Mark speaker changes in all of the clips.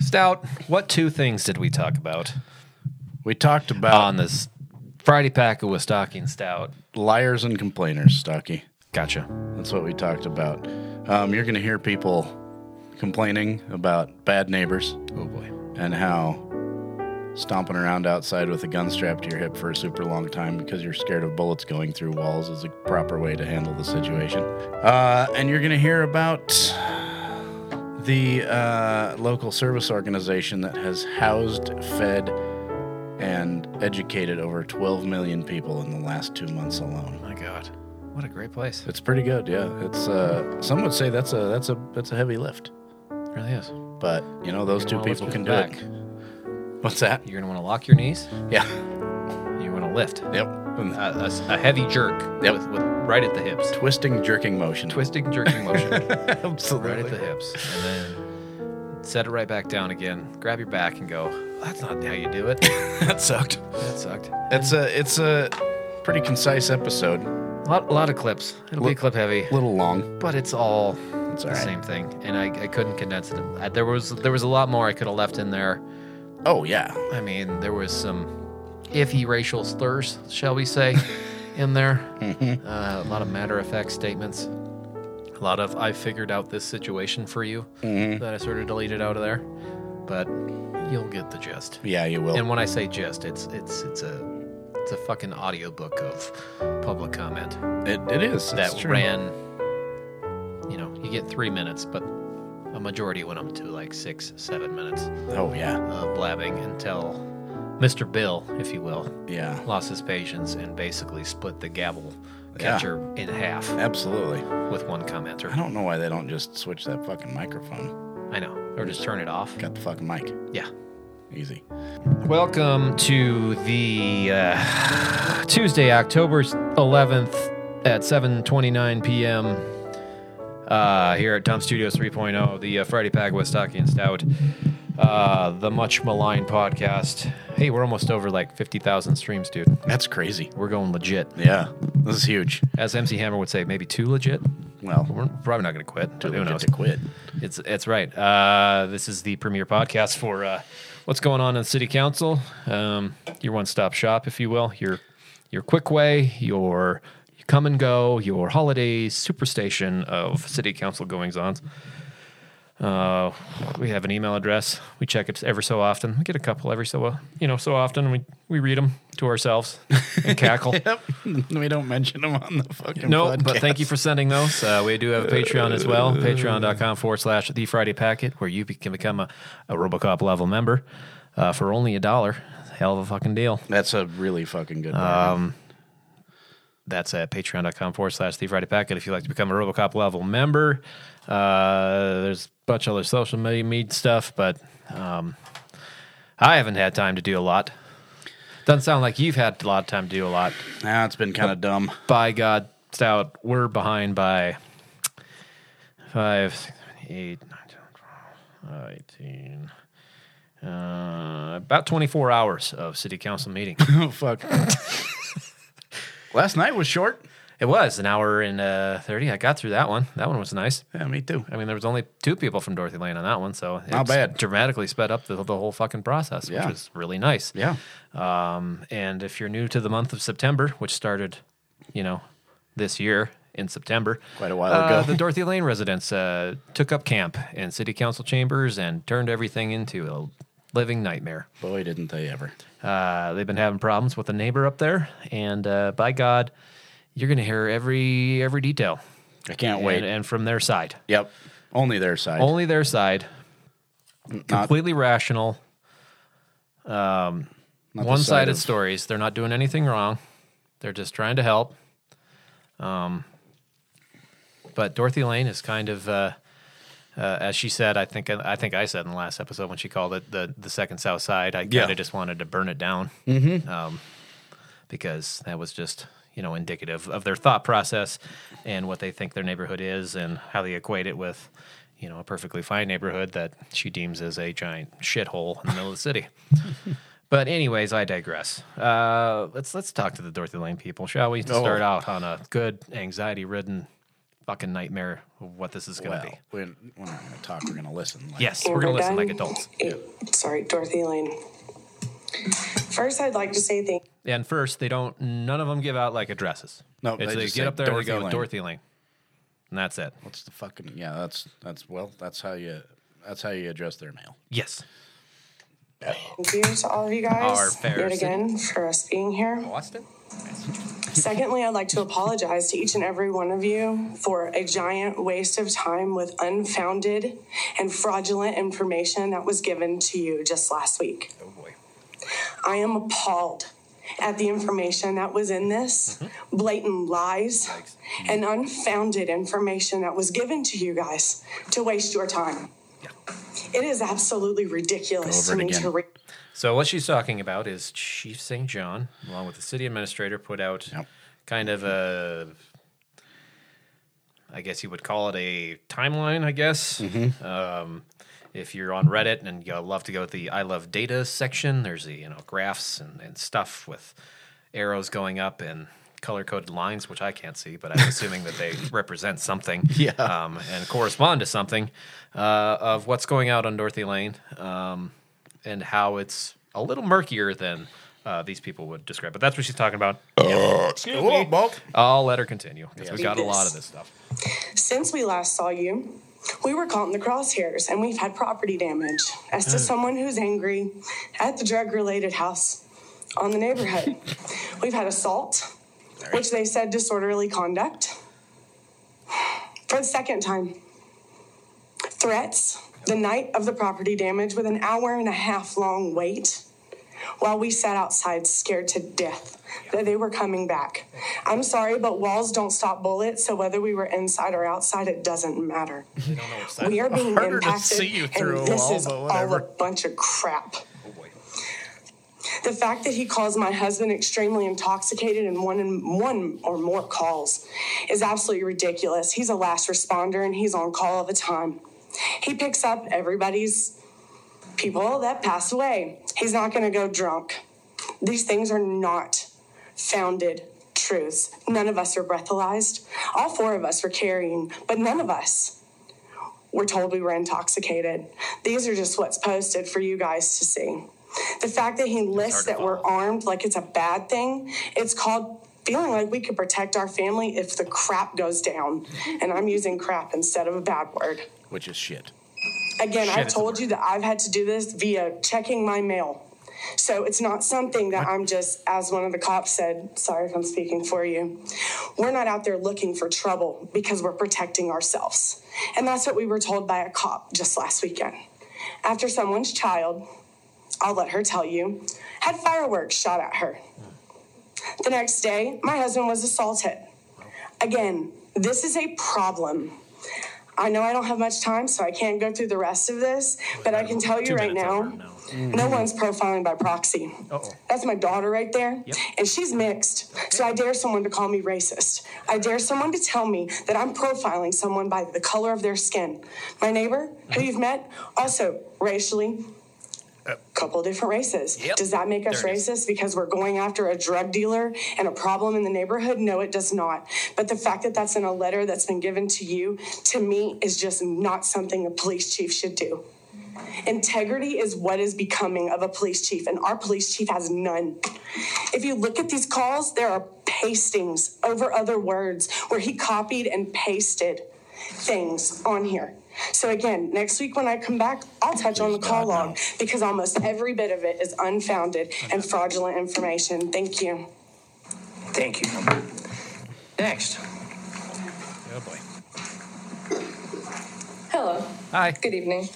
Speaker 1: Stout, what two things did we talk about
Speaker 2: We talked about
Speaker 1: on this Friday pack of Stocking Stout?
Speaker 2: liars and complainers, Stocky.
Speaker 1: Gotcha.
Speaker 2: That's what we talked about. Um, you're going to hear people complaining about bad neighbors
Speaker 1: Oh boy.
Speaker 2: and how stomping around outside with a gun strapped to your hip for a super long time because you're scared of bullets going through walls is a proper way to handle the situation. Uh, and you're going to hear about the uh, local service organization that has housed, fed, and educated over 12 million people in the last two months alone.
Speaker 1: My God. What a great place.
Speaker 2: It's pretty good, yeah. It's uh, some would say that's a that's a that's a heavy lift,
Speaker 1: It really is.
Speaker 2: but you know those two
Speaker 1: You're gonna
Speaker 2: people
Speaker 1: lift
Speaker 2: can do
Speaker 1: back.
Speaker 2: it. What's that?
Speaker 1: You're going to want to lock your knees.
Speaker 2: Yeah.
Speaker 1: You want to lift.
Speaker 2: Yep.
Speaker 1: A, a s- a heavy jerk
Speaker 2: Yep.
Speaker 1: with, with right at the hips.
Speaker 2: Twisting, jerking motion.
Speaker 1: Twisting, jerking motion right
Speaker 2: Absolutely.
Speaker 1: at the hips. And then set it right back down again. Grab your back and go, that's not how you do it.
Speaker 2: that sucked.
Speaker 1: that sucked.
Speaker 2: It's a it's a pretty concise episode.
Speaker 1: A lot, a lot of clips. It'll be
Speaker 2: Look-
Speaker 1: clip heavy.
Speaker 2: A little long.
Speaker 1: but it's all
Speaker 2: It's
Speaker 1: the
Speaker 2: all right.
Speaker 1: same thing, and I, I couldn't condense it. I, there was there was a lot more I could have left in there.
Speaker 2: Oh yeah.
Speaker 1: I mean, there was some iffy racial slurs, shall we say, in there. Uh, a lot of matter of fact statements. A lot of I figured out this situation for you
Speaker 2: Mm-hmm.
Speaker 1: that I sort of deleted out of there, but you'll get the gist.
Speaker 2: Yeah, you will.
Speaker 1: And when I say gist, it's it's it's a it's a fucking audiobook of public comment
Speaker 2: it, it is.
Speaker 1: that
Speaker 2: It's true.
Speaker 1: ran you know you get three minutes but a majority went up to like six seven minutes
Speaker 2: Oh yeah.
Speaker 1: of blabbing until mr bill if you will
Speaker 2: Yeah.
Speaker 1: lost his patience and basically split the gavel catcher in half
Speaker 2: Absolutely.
Speaker 1: with one commenter
Speaker 2: I don't know why they don't just switch that fucking microphone.
Speaker 1: i know or just turn it off
Speaker 2: Got the fucking mic.
Speaker 1: yeah
Speaker 2: Easy.
Speaker 1: Welcome to the uh, Tuesday, October 11th at 7:29 p.m. Uh, here at Dump Studios 3.0, the uh, Friday Pack with Stocky and Stout, uh, the much maligned podcast. Hey, we're almost over like 50,000 streams, dude.
Speaker 2: That's crazy.
Speaker 1: We're going legit,
Speaker 2: Yeah. This is huge.
Speaker 1: as MC Hammer would say, maybe too legit.
Speaker 2: Well,
Speaker 1: We're probably not going to quit. but
Speaker 2: we
Speaker 1: Who
Speaker 2: get
Speaker 1: knows?
Speaker 2: to quit.
Speaker 1: It's it's right. Uh, this is the premier podcast for uh, what's going on in city council. Um, your one stop shop, if you will. Your your quick way. Your come and go. Your holiday superstation of city council goings on. Uh, we have an email address. We check it ever so often. We get a couple every so you know so often. We we read them to ourselves and cackle.
Speaker 2: Yep. we don't mention them on the fucking
Speaker 1: No,
Speaker 2: podcast. Uh,
Speaker 1: but thank you for sending those. Uh, we do have a Patreon as well, patreon.com forward slash the Friday Packet, where you be- can become a, a Robocop level member uh, for only a dollar. Hell of a fucking deal. Um,
Speaker 2: That's a really fucking good one.
Speaker 1: That's at patreon.com forward slash the Friday Packet if you'd like to become a Robocop level member. Uh, there's a bunch of other social media media stuff, but um, I haven't had time to do a lot. Doesn't sound like you've had a lot of time to do a lot.
Speaker 2: Nah, it's been kind of dumb.
Speaker 1: by God, Stout, we're behind by five, six, seven, eight, nine, ten, twelve, eighteen, uh, about 24 hours of city council meeting.
Speaker 2: oh fuck. Last night was short.
Speaker 1: it was an hour and uh, 30. I got through that one. That one was nice.
Speaker 2: Yeah, me too.
Speaker 1: I mean, there was only two people from Dorothy Lane on that one, so it
Speaker 2: Not bad.
Speaker 1: dramatically sped up the, the whole fucking process,
Speaker 2: Yeah.
Speaker 1: which was really nice.
Speaker 2: Yeah.
Speaker 1: Um, and if you're new to the month of September, which started, you know, this year in September,
Speaker 2: Quite a while
Speaker 1: uh,
Speaker 2: ago.
Speaker 1: the Dorothy Lane residents uh, took up camp in city council chambers and turned everything into a living nightmare.
Speaker 2: Boy, didn't they ever.
Speaker 1: Uh, they've been having problems with a neighbor up there, and uh, by God, you're gonna hear every every detail,
Speaker 2: I can't wait.
Speaker 1: and, and from their side,
Speaker 2: yep. Only their side.
Speaker 1: only their side,
Speaker 2: not
Speaker 1: completely rational, Um,
Speaker 2: not the
Speaker 1: one-sided
Speaker 2: side of-
Speaker 1: stories. They're not doing anything wrong. They're just trying to help. Um, but Dorothy Lane is kind of, uh, uh, as she said, I think I think I said in the last episode when she called it the the second South Side. I kind of
Speaker 2: Yeah.
Speaker 1: just wanted to burn it down
Speaker 2: Mm-hmm.
Speaker 1: um, because that was just you know indicative of their thought process and what they think their neighborhood is and how they equate it with. You know, a perfectly fine neighborhood that she deems as a giant shithole in the middle of the city. But anyways, I digress. Uh, let's let's talk to the Dorothy Lane people, shall we? To
Speaker 2: Oh.
Speaker 1: start out on a good anxiety-ridden fucking nightmare of what this is going to
Speaker 2: Well,
Speaker 1: be.
Speaker 2: we're, we're not going to talk. We're going to listen. Like,
Speaker 1: Yes,
Speaker 3: And
Speaker 1: we're going to listen
Speaker 3: done.
Speaker 1: like adults.
Speaker 3: It- sorry, Dorothy Lane. First, I'd like to say thank
Speaker 1: And first, they don't. None of them give out like addresses.
Speaker 2: No,
Speaker 1: it's,
Speaker 2: they
Speaker 1: they
Speaker 2: just
Speaker 1: get
Speaker 2: say
Speaker 1: up there and
Speaker 2: Dorothy
Speaker 1: they go
Speaker 2: Lane.
Speaker 1: Dorothy Lane, and that's it.
Speaker 2: What's the fucking? Yeah, that's that's well, that's how you that's how you address their mail.
Speaker 1: Yes.
Speaker 3: you to all of you guys
Speaker 1: Our fair
Speaker 3: yet
Speaker 1: city. Oh,
Speaker 3: again for us being here.
Speaker 1: Austin.
Speaker 3: Secondly, I'd like to apologize to each and every one of you for a giant waste of time with unfounded and fraudulent information that was given to you just last week.
Speaker 1: Oh boy.
Speaker 3: I am appalled at the information that was in this
Speaker 2: Mm-hmm.
Speaker 3: blatant lies and unfounded information that was given to you guys to waste your time. It is absolutely ridiculous to
Speaker 2: Go over it
Speaker 3: me to
Speaker 2: again.
Speaker 3: read.
Speaker 1: So what she's talking about is Chief St. John, along with the city administrator, put out
Speaker 2: Yep.
Speaker 1: kind of a, I guess you would call it a timeline. I guess
Speaker 2: Mm-hmm.
Speaker 1: um, if you're on Reddit and you love to go to the I love data section, there's the you know graphs and, and stuff with arrows going up and color coded lines, which I can't see, but I'm assuming that they represent something
Speaker 2: Yeah.
Speaker 1: um, and correspond to something uh, of what's going out on Dorothy Lane um, and how it's a little murkier than uh, these people would describe. But that's what she's talking about.
Speaker 2: Uh, Excuse me.
Speaker 1: I'll let her continue because we
Speaker 3: Yes.
Speaker 1: got a lot of this stuff.
Speaker 3: Since we last saw you, we were caught in the crosshairs and we've had property damage. As to someone who's angry at the drug related house on the neighborhood, we've had assault, which they said disorderly conduct. For the second time, threats the night of the property damage with an hour and a half long wait while we sat outside scared to death that they were coming back. I'm sorry, but walls don't stop bullets, so whether we were inside or outside, it doesn't matter. We are being
Speaker 2: Harder to
Speaker 3: impacted,
Speaker 2: see you through a
Speaker 3: and this
Speaker 2: wall,
Speaker 3: is
Speaker 2: but
Speaker 3: all
Speaker 2: whatever.
Speaker 3: a bunch of crap. The fact that he calls my husband extremely intoxicated in one in one or more calls is absolutely ridiculous. He's a last responder and he's on call all the time. He picks up everybody's people that pass away. He's not going to go drunk. These things are not founded truths. None of us are breathalyzed. All four of us were carrying, but none of us were told we were intoxicated. These are just what's posted for you guys to see. The fact that he lists
Speaker 1: hard to
Speaker 3: that we're
Speaker 1: follow.
Speaker 3: armed like it's a bad thing, it's called feeling like we could protect our family if the crap goes down. And I'm using crap instead of a bad word.
Speaker 2: Which is shit.
Speaker 3: Again,
Speaker 1: Shit
Speaker 3: I've
Speaker 1: is the
Speaker 3: told
Speaker 1: word.
Speaker 3: you that I've had to do this via checking my mail. So it's not something that I'm just, as one of the cops said, sorry if I'm speaking for you, we're not out there looking for trouble because we're protecting ourselves. And that's what we were told by a cop just last weekend. After someone's child, I'll let her tell you, had fireworks shot at her. The next day, my husband was assaulted. Again, this is a problem. I know I don't have much time, so I can't go through the rest of this, but I can tell you
Speaker 1: Two
Speaker 3: right
Speaker 1: minutes
Speaker 3: now,
Speaker 1: over now. Mm-hmm.
Speaker 3: no one's
Speaker 2: Mm.
Speaker 3: profiling by proxy.
Speaker 1: Uh-oh.
Speaker 3: That's my daughter right there, and she's mixed. So I dare someone to call me racist. I dare someone to tell me that I'm profiling someone by the color of their skin. My neighbor,
Speaker 1: Mm-hmm.
Speaker 3: who you've met, also racially. Couple different races.
Speaker 1: Yep.
Speaker 3: Does that make us
Speaker 1: There it is.
Speaker 3: racist because we're going after a drug dealer and a problem in the neighborhood? No, it does not. But the fact that that's in a letter that's been given to you, to me, is just not something a police chief should do. Integrity is what is becoming of a police chief, and our police chief has none. If you look at these calls, there are pastings over other words where he copied and pasted things on here. So, again, next week when I come back, I'll touch on the call
Speaker 2: God, no.
Speaker 3: log because almost every bit of it is unfounded and fraudulent information. Thank you.
Speaker 4: Thank you. Next.
Speaker 1: Oh boy.
Speaker 5: Hello.
Speaker 1: Hi.
Speaker 5: Good evening.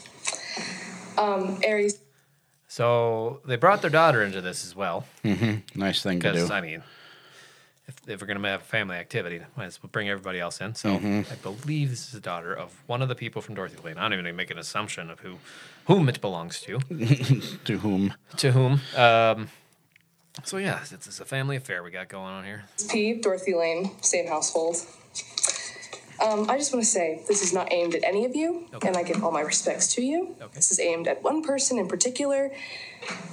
Speaker 5: Um, Aries.
Speaker 1: So they brought their daughter into this as well
Speaker 2: Mm-hmm. Nice thing to
Speaker 1: because I
Speaker 2: do.
Speaker 1: mean, if, if we're gonna have a family activity, might as well bring everybody else in. So
Speaker 2: Mm-hmm.
Speaker 1: I believe this is the daughter of one of the people from Dorothy Lane. I don't even make an assumption of who whom it belongs to.
Speaker 2: To whom?
Speaker 1: to whom. Um, so yeah, it's, it's a family affair we got going on here.
Speaker 5: P, Dorothy Lane, same household. Um, I just want to say this is not aimed at any of you,
Speaker 1: Okay.
Speaker 5: and I give all my respects to you.
Speaker 1: Okay.
Speaker 5: This is aimed at one person in particular,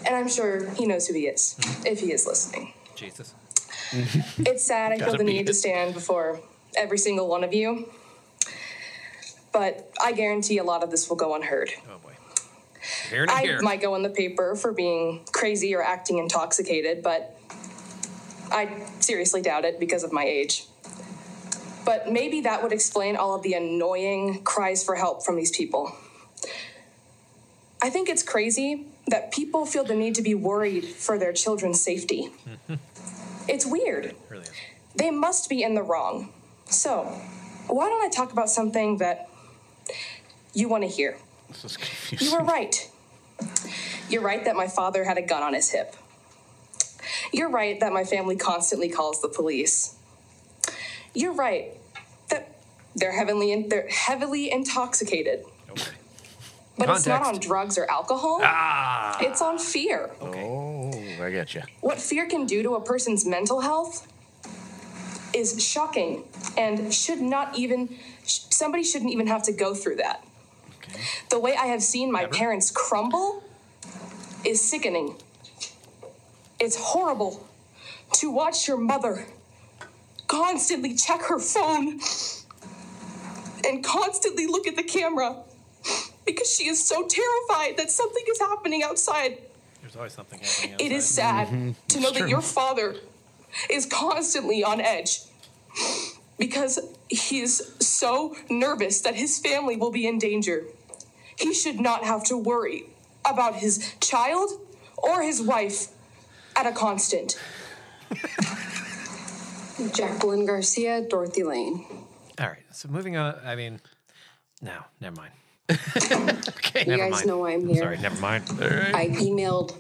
Speaker 5: and I'm sure he knows who he is,
Speaker 1: Mm-hmm.
Speaker 5: if he is listening.
Speaker 1: Jesus.
Speaker 5: It's sad I feel
Speaker 2: Gotta
Speaker 5: the
Speaker 2: be
Speaker 5: need
Speaker 2: it.
Speaker 5: to stand before every single one of you but I guarantee a lot of this will go unheard.
Speaker 1: Oh boy. Here and
Speaker 5: I
Speaker 1: here.
Speaker 5: might go in the paper for being crazy or acting intoxicated, but I seriously doubt it because of my age. But maybe that would explain all of the annoying cries for help from these people. I think it's crazy that people feel the need to be worried for their children's safety. it's weird.
Speaker 1: Really is.
Speaker 5: They must be in the wrong. So, why don't I talk about something that you want to hear?
Speaker 2: This is
Speaker 5: You
Speaker 2: confusing.
Speaker 5: were right. You're right that my father had a gun on his hip. You're right that my family constantly calls the police. You're right that they're heavily in, they're heavily intoxicated.
Speaker 1: Okay.
Speaker 5: But it's not on
Speaker 1: Context.
Speaker 5: drugs or alcohol.
Speaker 1: Ah.
Speaker 5: It's on fear.
Speaker 2: Oh, I got you.
Speaker 5: What fear can do to a person's mental health is shocking and should not even sh- somebody shouldn't even have to go through that.
Speaker 2: Okay.
Speaker 5: The way I have seen my parents crumble is sickening. It's horrible to watch your mother constantly check her phone and constantly look at the camera because she is so terrified that something is happening outside.
Speaker 1: There's always something happening.
Speaker 5: It is sad
Speaker 1: mm-hmm.
Speaker 5: to know that your father is constantly on edge because he is so nervous that his family will be in danger. He should not have to worry about his child or his wife at a constant.
Speaker 6: Jacqueline Garcia, Dorothy Lane.
Speaker 1: All right. So moving on. I mean, no, never mind.
Speaker 2: Okay.
Speaker 6: You
Speaker 1: Never
Speaker 6: guys
Speaker 1: mind.
Speaker 6: know why I'm here.
Speaker 1: Sorry, never mind.
Speaker 6: I emailed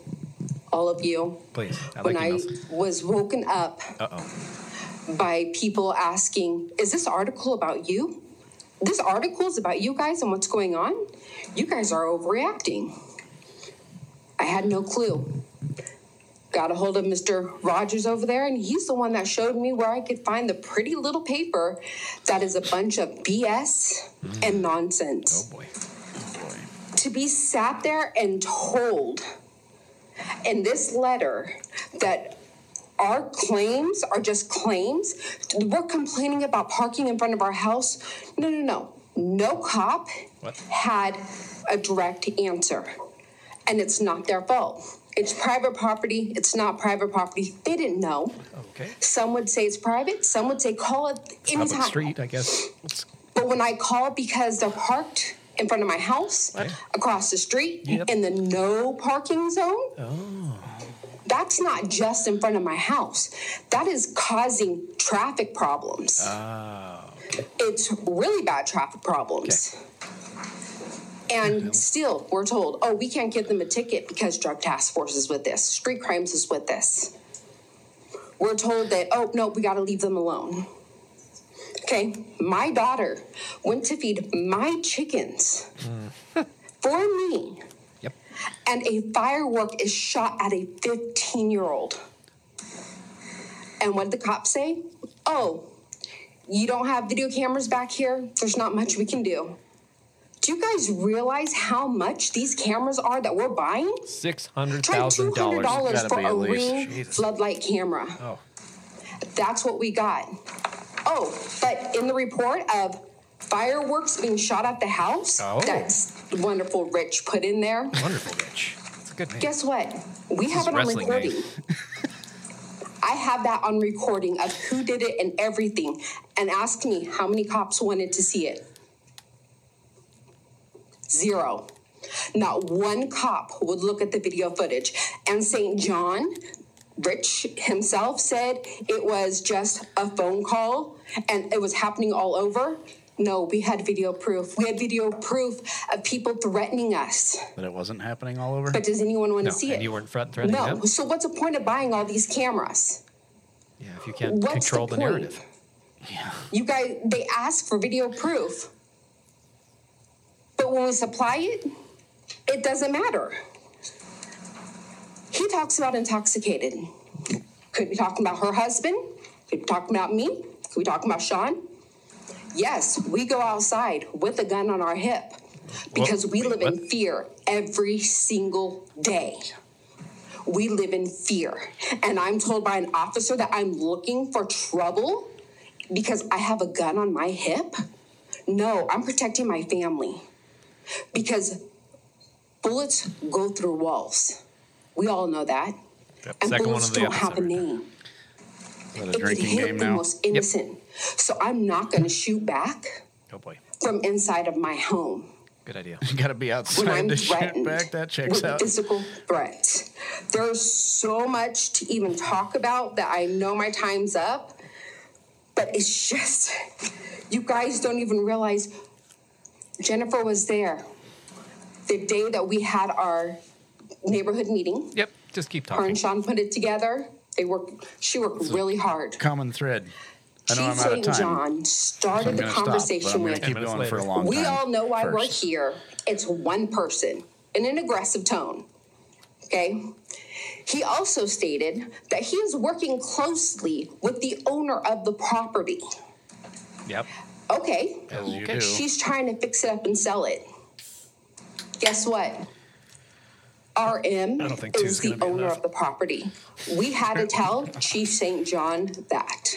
Speaker 6: all of you
Speaker 1: Please. I like
Speaker 6: when I
Speaker 1: emails.
Speaker 6: was woken up
Speaker 1: Uh oh.
Speaker 6: by people asking, Is this article about you? This article is about you guys and what's going on? You guys are overreacting. I had no clue. Got a hold of Mr. Rogers over there, and he's the one that showed me where I could find the pretty little paper that is a bunch of BS and nonsense.
Speaker 1: Oh boy.
Speaker 6: to be sat there and told in this letter that our claims are just claims. We're complaining about parking in front of our house. No, no, no. No cop
Speaker 1: What?
Speaker 6: had a direct answer. And it's not their fault. It's private property. It's not private property. They didn't know.
Speaker 1: Okay.
Speaker 6: Some would say it's private. Some would say call it
Speaker 1: Public
Speaker 6: anytime.
Speaker 1: street, I guess.
Speaker 6: But when I call because they're parked in front of my house, across the street,
Speaker 1: Yep.
Speaker 6: in the no parking zone, that's not just in front of my house. That is causing traffic problems.
Speaker 7: Ah.
Speaker 6: It's really bad traffic problems. And still, we're told, oh, we can't give them a ticket because drug task force is with this, street crimes is with this. We're told that, oh, no, we got to leave them alone. Okay, my daughter went to feed my chickens for me,
Speaker 1: Yep.
Speaker 6: and a firework is shot at a 15 year old. And what did the cops say? Oh, you don't have video cameras back here. There's not much we can do. Do you guys realize how much these cameras are that we're buying?
Speaker 1: Six hundred
Speaker 6: Try
Speaker 1: thousand dollars.
Speaker 6: $200
Speaker 2: Gotta
Speaker 6: for
Speaker 2: be
Speaker 6: a
Speaker 2: at least.
Speaker 6: ring
Speaker 1: Jesus.
Speaker 6: floodlight camera.
Speaker 1: Oh.
Speaker 6: That's what we got. Oh, but in the report of fireworks being shot at the house,
Speaker 1: Oh.
Speaker 6: that's wonderful, Rich put in there.
Speaker 1: Wonderful Rich. That's a good name.
Speaker 6: Guess what? We have
Speaker 1: is
Speaker 6: it on
Speaker 1: wrestling name.
Speaker 6: recording. I have that on recording of who did it and everything. And ask me how many cops wanted to see it. Zero. Not one cop would look at the video footage. And St. John, Rich himself said it was just a phone call and it was happening all over. No, we had video proof. We had video proof of people threatening us.
Speaker 2: That it wasn't happening all over.
Speaker 6: But does anyone want
Speaker 1: No,
Speaker 6: to see
Speaker 1: and
Speaker 6: it?
Speaker 1: you weren't threat- threatening
Speaker 6: no.
Speaker 1: them.
Speaker 6: So what's the point of buying all these cameras?
Speaker 1: Yeah, if you can't
Speaker 6: What's
Speaker 1: control the,
Speaker 6: the, point?
Speaker 1: narrative.
Speaker 6: You guys, they ask for video proof, but when we supply it, it doesn't matter. He talks about intoxicated. Could be talking about her husband. Could be talking about me. Could be talking about Sean. Yes, we go outside with a gun on our hip because we
Speaker 1: wait,
Speaker 6: live in
Speaker 1: what?
Speaker 6: fear every single day. We live in fear. And I'm told by an officer that I'm looking for trouble because I have a gun on my hip? No, I'm protecting my family because bullets go through walls. We all know that. And
Speaker 1: Second one
Speaker 6: bullets
Speaker 1: of the
Speaker 6: don't have a
Speaker 1: episode.
Speaker 6: name.
Speaker 2: Is that a
Speaker 6: It could
Speaker 2: drinking game
Speaker 6: hit the
Speaker 2: now?
Speaker 6: most innocent. So I'm not going to shoot back
Speaker 1: Oh boy,
Speaker 6: from inside of my home.
Speaker 1: good idea.
Speaker 2: You gotta be
Speaker 6: when
Speaker 2: outside
Speaker 6: I'm
Speaker 2: to shoot
Speaker 6: threatened
Speaker 2: back. That checks
Speaker 6: with
Speaker 2: out.
Speaker 6: physical threats. There's so much to even talk about that I know my time's up, but it's just you guys don't even realize Jennifer was there the day that we had our neighborhood meeting.
Speaker 1: Yep, just keep
Speaker 6: Her
Speaker 1: talking.
Speaker 6: and Sean put it together. They worked. She worked really hard.
Speaker 2: Common thread. I know
Speaker 6: Chief
Speaker 2: I'm out
Speaker 6: St.
Speaker 2: of time.
Speaker 6: John
Speaker 2: so
Speaker 6: started
Speaker 2: I'm
Speaker 6: the
Speaker 2: gonna stop, but I'm
Speaker 6: conversation
Speaker 2: gonna
Speaker 6: with.
Speaker 2: keep
Speaker 1: minutes
Speaker 2: going for a
Speaker 1: later.
Speaker 2: long time.
Speaker 6: We all know why we we're
Speaker 2: first.
Speaker 6: here. It's one person in an aggressive tone. Okay. He also stated that he is working closely with the owner of the property.
Speaker 1: Yep.
Speaker 6: Okay.
Speaker 2: As
Speaker 5: Oh,
Speaker 2: you
Speaker 1: Okay.
Speaker 2: do.
Speaker 6: She's trying to fix it up and sell it. Guess what? RM
Speaker 1: I don't think two's
Speaker 6: is the
Speaker 1: gonna be
Speaker 6: owner
Speaker 1: enough.
Speaker 6: of the property. We had to tell Chief St. John that.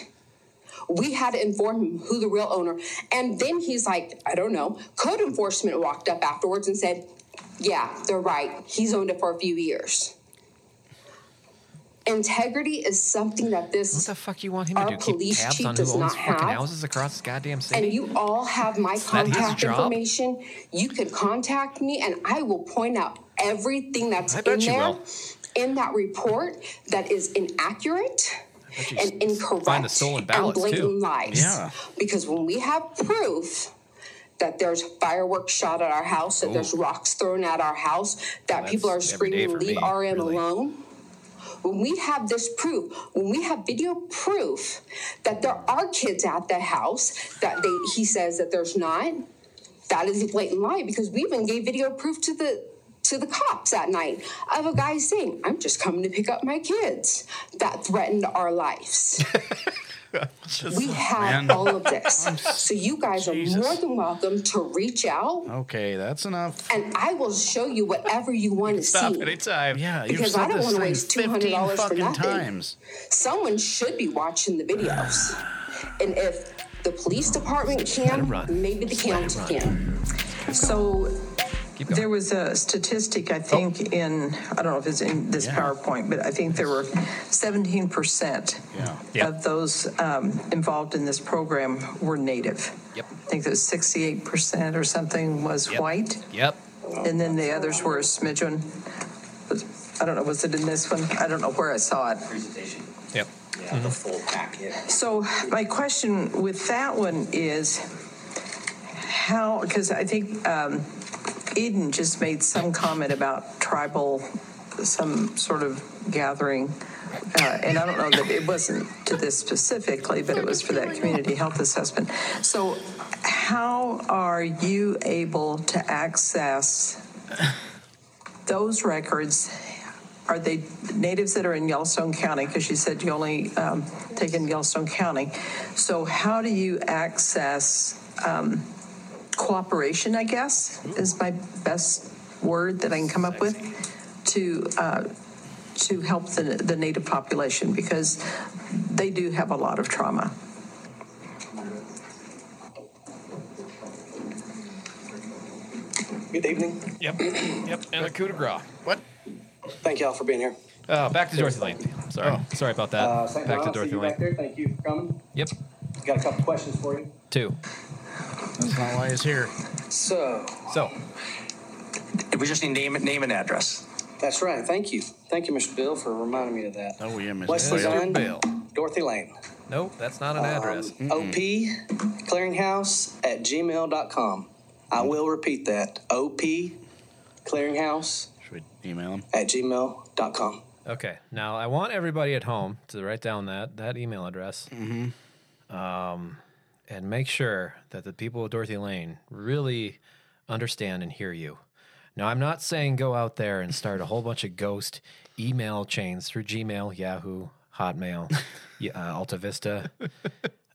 Speaker 6: We had to inform him who the real owner. And then he's like, I don't know. Code enforcement walked up afterwards and said, Yeah, they're right. He's owned it for a few years. Integrity is something that
Speaker 1: What
Speaker 6: this
Speaker 1: the fuck you want him
Speaker 6: Our
Speaker 1: to do? Keep
Speaker 6: police
Speaker 1: tabs
Speaker 6: chief
Speaker 1: on who
Speaker 6: does
Speaker 1: owns
Speaker 6: not
Speaker 1: fucking
Speaker 6: have-
Speaker 1: houses across this goddamn city?
Speaker 6: and you all have my
Speaker 1: that his
Speaker 6: contact
Speaker 1: job?
Speaker 6: information. You can contact me and I will point out everything that's
Speaker 1: I bet
Speaker 6: in
Speaker 1: you
Speaker 6: there
Speaker 1: will.
Speaker 6: in that report that is inaccurate
Speaker 1: you
Speaker 6: and
Speaker 1: s-
Speaker 6: incorrect
Speaker 1: find the stolen
Speaker 6: and
Speaker 1: ballots, too.
Speaker 6: blatant lies.
Speaker 2: Yeah.
Speaker 6: Because when we have proof that there's fireworks shot at our house, that there's rocks thrown at our house, that
Speaker 1: Oh. Well,
Speaker 6: people are
Speaker 1: that's every day
Speaker 6: screaming,
Speaker 1: for
Speaker 6: leave
Speaker 1: me,
Speaker 6: RM
Speaker 1: really.
Speaker 6: alone when we have this proof, when we have video proof that there are kids at the house that they he says that there's not, that is a blatant lie because we even gave video proof to the to the cops that night of a guy saying, "I'm just coming to pick up my kids," that threatened our lives. we have
Speaker 2: man.
Speaker 6: all of this, so you guys
Speaker 2: Jesus.
Speaker 6: are more than welcome to reach out,
Speaker 2: Okay, that's enough.
Speaker 6: and I will show you whatever you want to see.
Speaker 1: anytime.
Speaker 2: Yeah, you've
Speaker 6: Because I
Speaker 2: said
Speaker 6: don't
Speaker 2: this
Speaker 6: wanna
Speaker 2: thing
Speaker 6: waste
Speaker 2: 15
Speaker 6: $200 for
Speaker 2: fucking
Speaker 6: nothing.
Speaker 2: times.
Speaker 6: someone should be watching the videos. and if the police department can, maybe the county can.
Speaker 7: So
Speaker 1: Keep going. Oh.
Speaker 7: there was a statistic, I think, in, I don't know if it's in this
Speaker 2: Yeah.
Speaker 7: PowerPoint, but I think there were 17%
Speaker 2: Yeah.
Speaker 1: Yeah.
Speaker 7: of those um, involved in this program were native.
Speaker 1: Yep.
Speaker 7: I think that 68% or something was
Speaker 1: Yep.
Speaker 7: white,
Speaker 1: Yep.
Speaker 7: and then the others were a smidgen. Was- I don't know, was it in this one? I don't know where I saw it.
Speaker 4: Presentation.
Speaker 1: Yep. Mm-hmm.
Speaker 4: Yeah, the full packet.
Speaker 7: So my question with that one is how, because I think um, Eden just made some comment about tribal, some sort of gathering. Uh, and I don't know that it wasn't to this specifically, but it was for that community health assessment. So, how are you able to access those records? Are they natives that are in Yellowstone County? Because you said you only um, take in Yellowstone County. So how do you access um, cooperation? I guess is my best word that I can come up with to uh, to help the the native population because they do have a lot of trauma.
Speaker 8: Good evening.
Speaker 1: Yep. Yep. And a coup de grace.
Speaker 2: What?
Speaker 8: Thank y'all for being here.
Speaker 1: Uh, back to Dorothy Lane. Sorry.
Speaker 6: Oh.
Speaker 1: Sorry about that.
Speaker 8: Uh, St.
Speaker 1: back
Speaker 8: John,
Speaker 1: to
Speaker 8: I'll see
Speaker 1: Dorothy
Speaker 8: you
Speaker 1: Lane.
Speaker 8: back there. Thank you for coming.
Speaker 1: Yep.
Speaker 8: Got a couple questions for you.
Speaker 1: Two.
Speaker 2: That's not why he's here.
Speaker 8: So,
Speaker 1: So,
Speaker 4: We just need name, name and address.
Speaker 8: that's right. Thank you. Thank you, Mr. Bill, for reminding me of that.
Speaker 2: Oh, yeah, Mr.
Speaker 8: Wesley
Speaker 2: Bill.
Speaker 8: Dunn,
Speaker 1: Bill.
Speaker 8: Dorothy Lane.
Speaker 1: no, that's not an address.
Speaker 8: Um, OP clearinghouse at gmail.com. I
Speaker 2: Mm.
Speaker 8: will repeat that. OP clearinghouse
Speaker 2: Should we email him?
Speaker 8: at gmail.com.
Speaker 1: Okay. Now I want everybody at home to write down that that email address, um, and make sure that the people of Dorothy Lane really understand and hear you. Now I'm not saying go out there and start a whole bunch of ghost email chains through Gmail, Yahoo, Hotmail, y- uh, Alta Vista,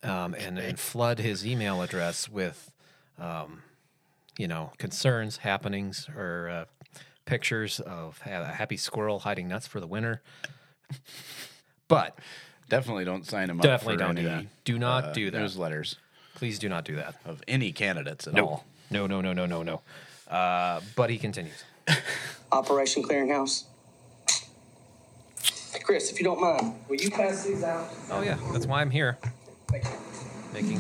Speaker 1: um, and and flood his email address with um, you know, concerns, happenings, or uh, pictures of ha- a happy squirrel hiding nuts for the winter. But
Speaker 2: Definitely don't sign him up.
Speaker 1: definitely
Speaker 2: for
Speaker 1: don't
Speaker 2: any uh,
Speaker 1: do that. Do not do that.
Speaker 2: Newsletters.
Speaker 1: Please do not do that.
Speaker 2: of any candidates at all.
Speaker 1: No, no, no, no, no, no. Uh, but he continues.
Speaker 8: Operation Clearinghouse. Chris, if you don't mind, will you pass these out?
Speaker 1: Oh yeah, that's why I'm here,
Speaker 8: Thank you.
Speaker 1: making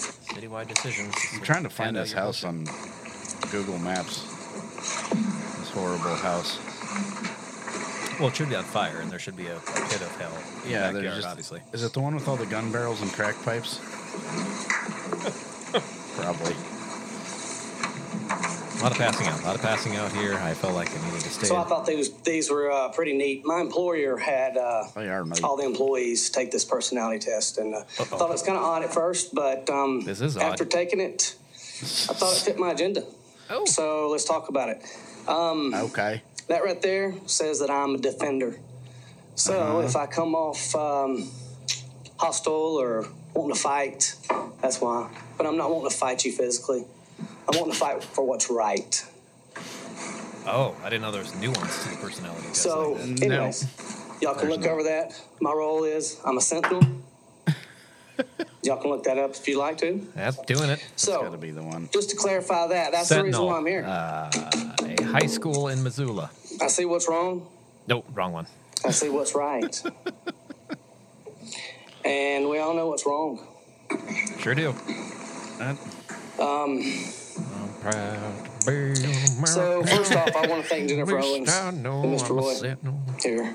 Speaker 1: citywide decisions. uh,
Speaker 2: I'm trying to find this house on Google Maps. This horrible house.
Speaker 1: Well, it should be on fire, and there should be a, a pit of hell. In
Speaker 2: Yeah,
Speaker 1: the
Speaker 2: there's
Speaker 1: backyard,
Speaker 2: just,
Speaker 1: obviously.
Speaker 2: Is it the one with all the gun barrels and crack pipes? Probably.
Speaker 1: A lot of passing out. A lot of passing out here. I felt like I needed to stay.
Speaker 8: So I thought these these were uh, pretty neat. My employer had uh,
Speaker 2: They are neat.
Speaker 8: all the employees take this personality test, and uh, thought it was kind of odd at first, but um,
Speaker 1: This is odd.
Speaker 8: after taking it, I thought it fit my agenda.
Speaker 1: Oh.
Speaker 8: So let's talk about it. Um,
Speaker 2: Okay.
Speaker 8: That right there says that I'm a defender. So
Speaker 1: Uh-huh.
Speaker 8: if I come off um, hostile or wanting to fight, that's why. But I'm not wanting to fight you physically. I'm wanting to fight for what's right.
Speaker 1: oh, I didn't know there was nuance to the personality test.
Speaker 8: So,
Speaker 1: like that.
Speaker 2: No.
Speaker 8: anyways, y'all can
Speaker 2: There's
Speaker 8: look
Speaker 2: no-
Speaker 8: over that. My role is I'm a sentinel. y'all can look that up if you'd like to.
Speaker 1: that's doing it.
Speaker 2: Gotta
Speaker 8: So,
Speaker 2: be the one.
Speaker 8: just to clarify that, that's the reason
Speaker 1: Sentinel.
Speaker 8: why I'm here.
Speaker 1: uh, A high school in Missoula.
Speaker 8: I see what's wrong.
Speaker 1: Nope, wrong one.
Speaker 8: I see what's right. and we all know what's wrong.
Speaker 1: Sure do. um.
Speaker 8: So first off, I want to thank Jennifer Owens and Mr. Roy here.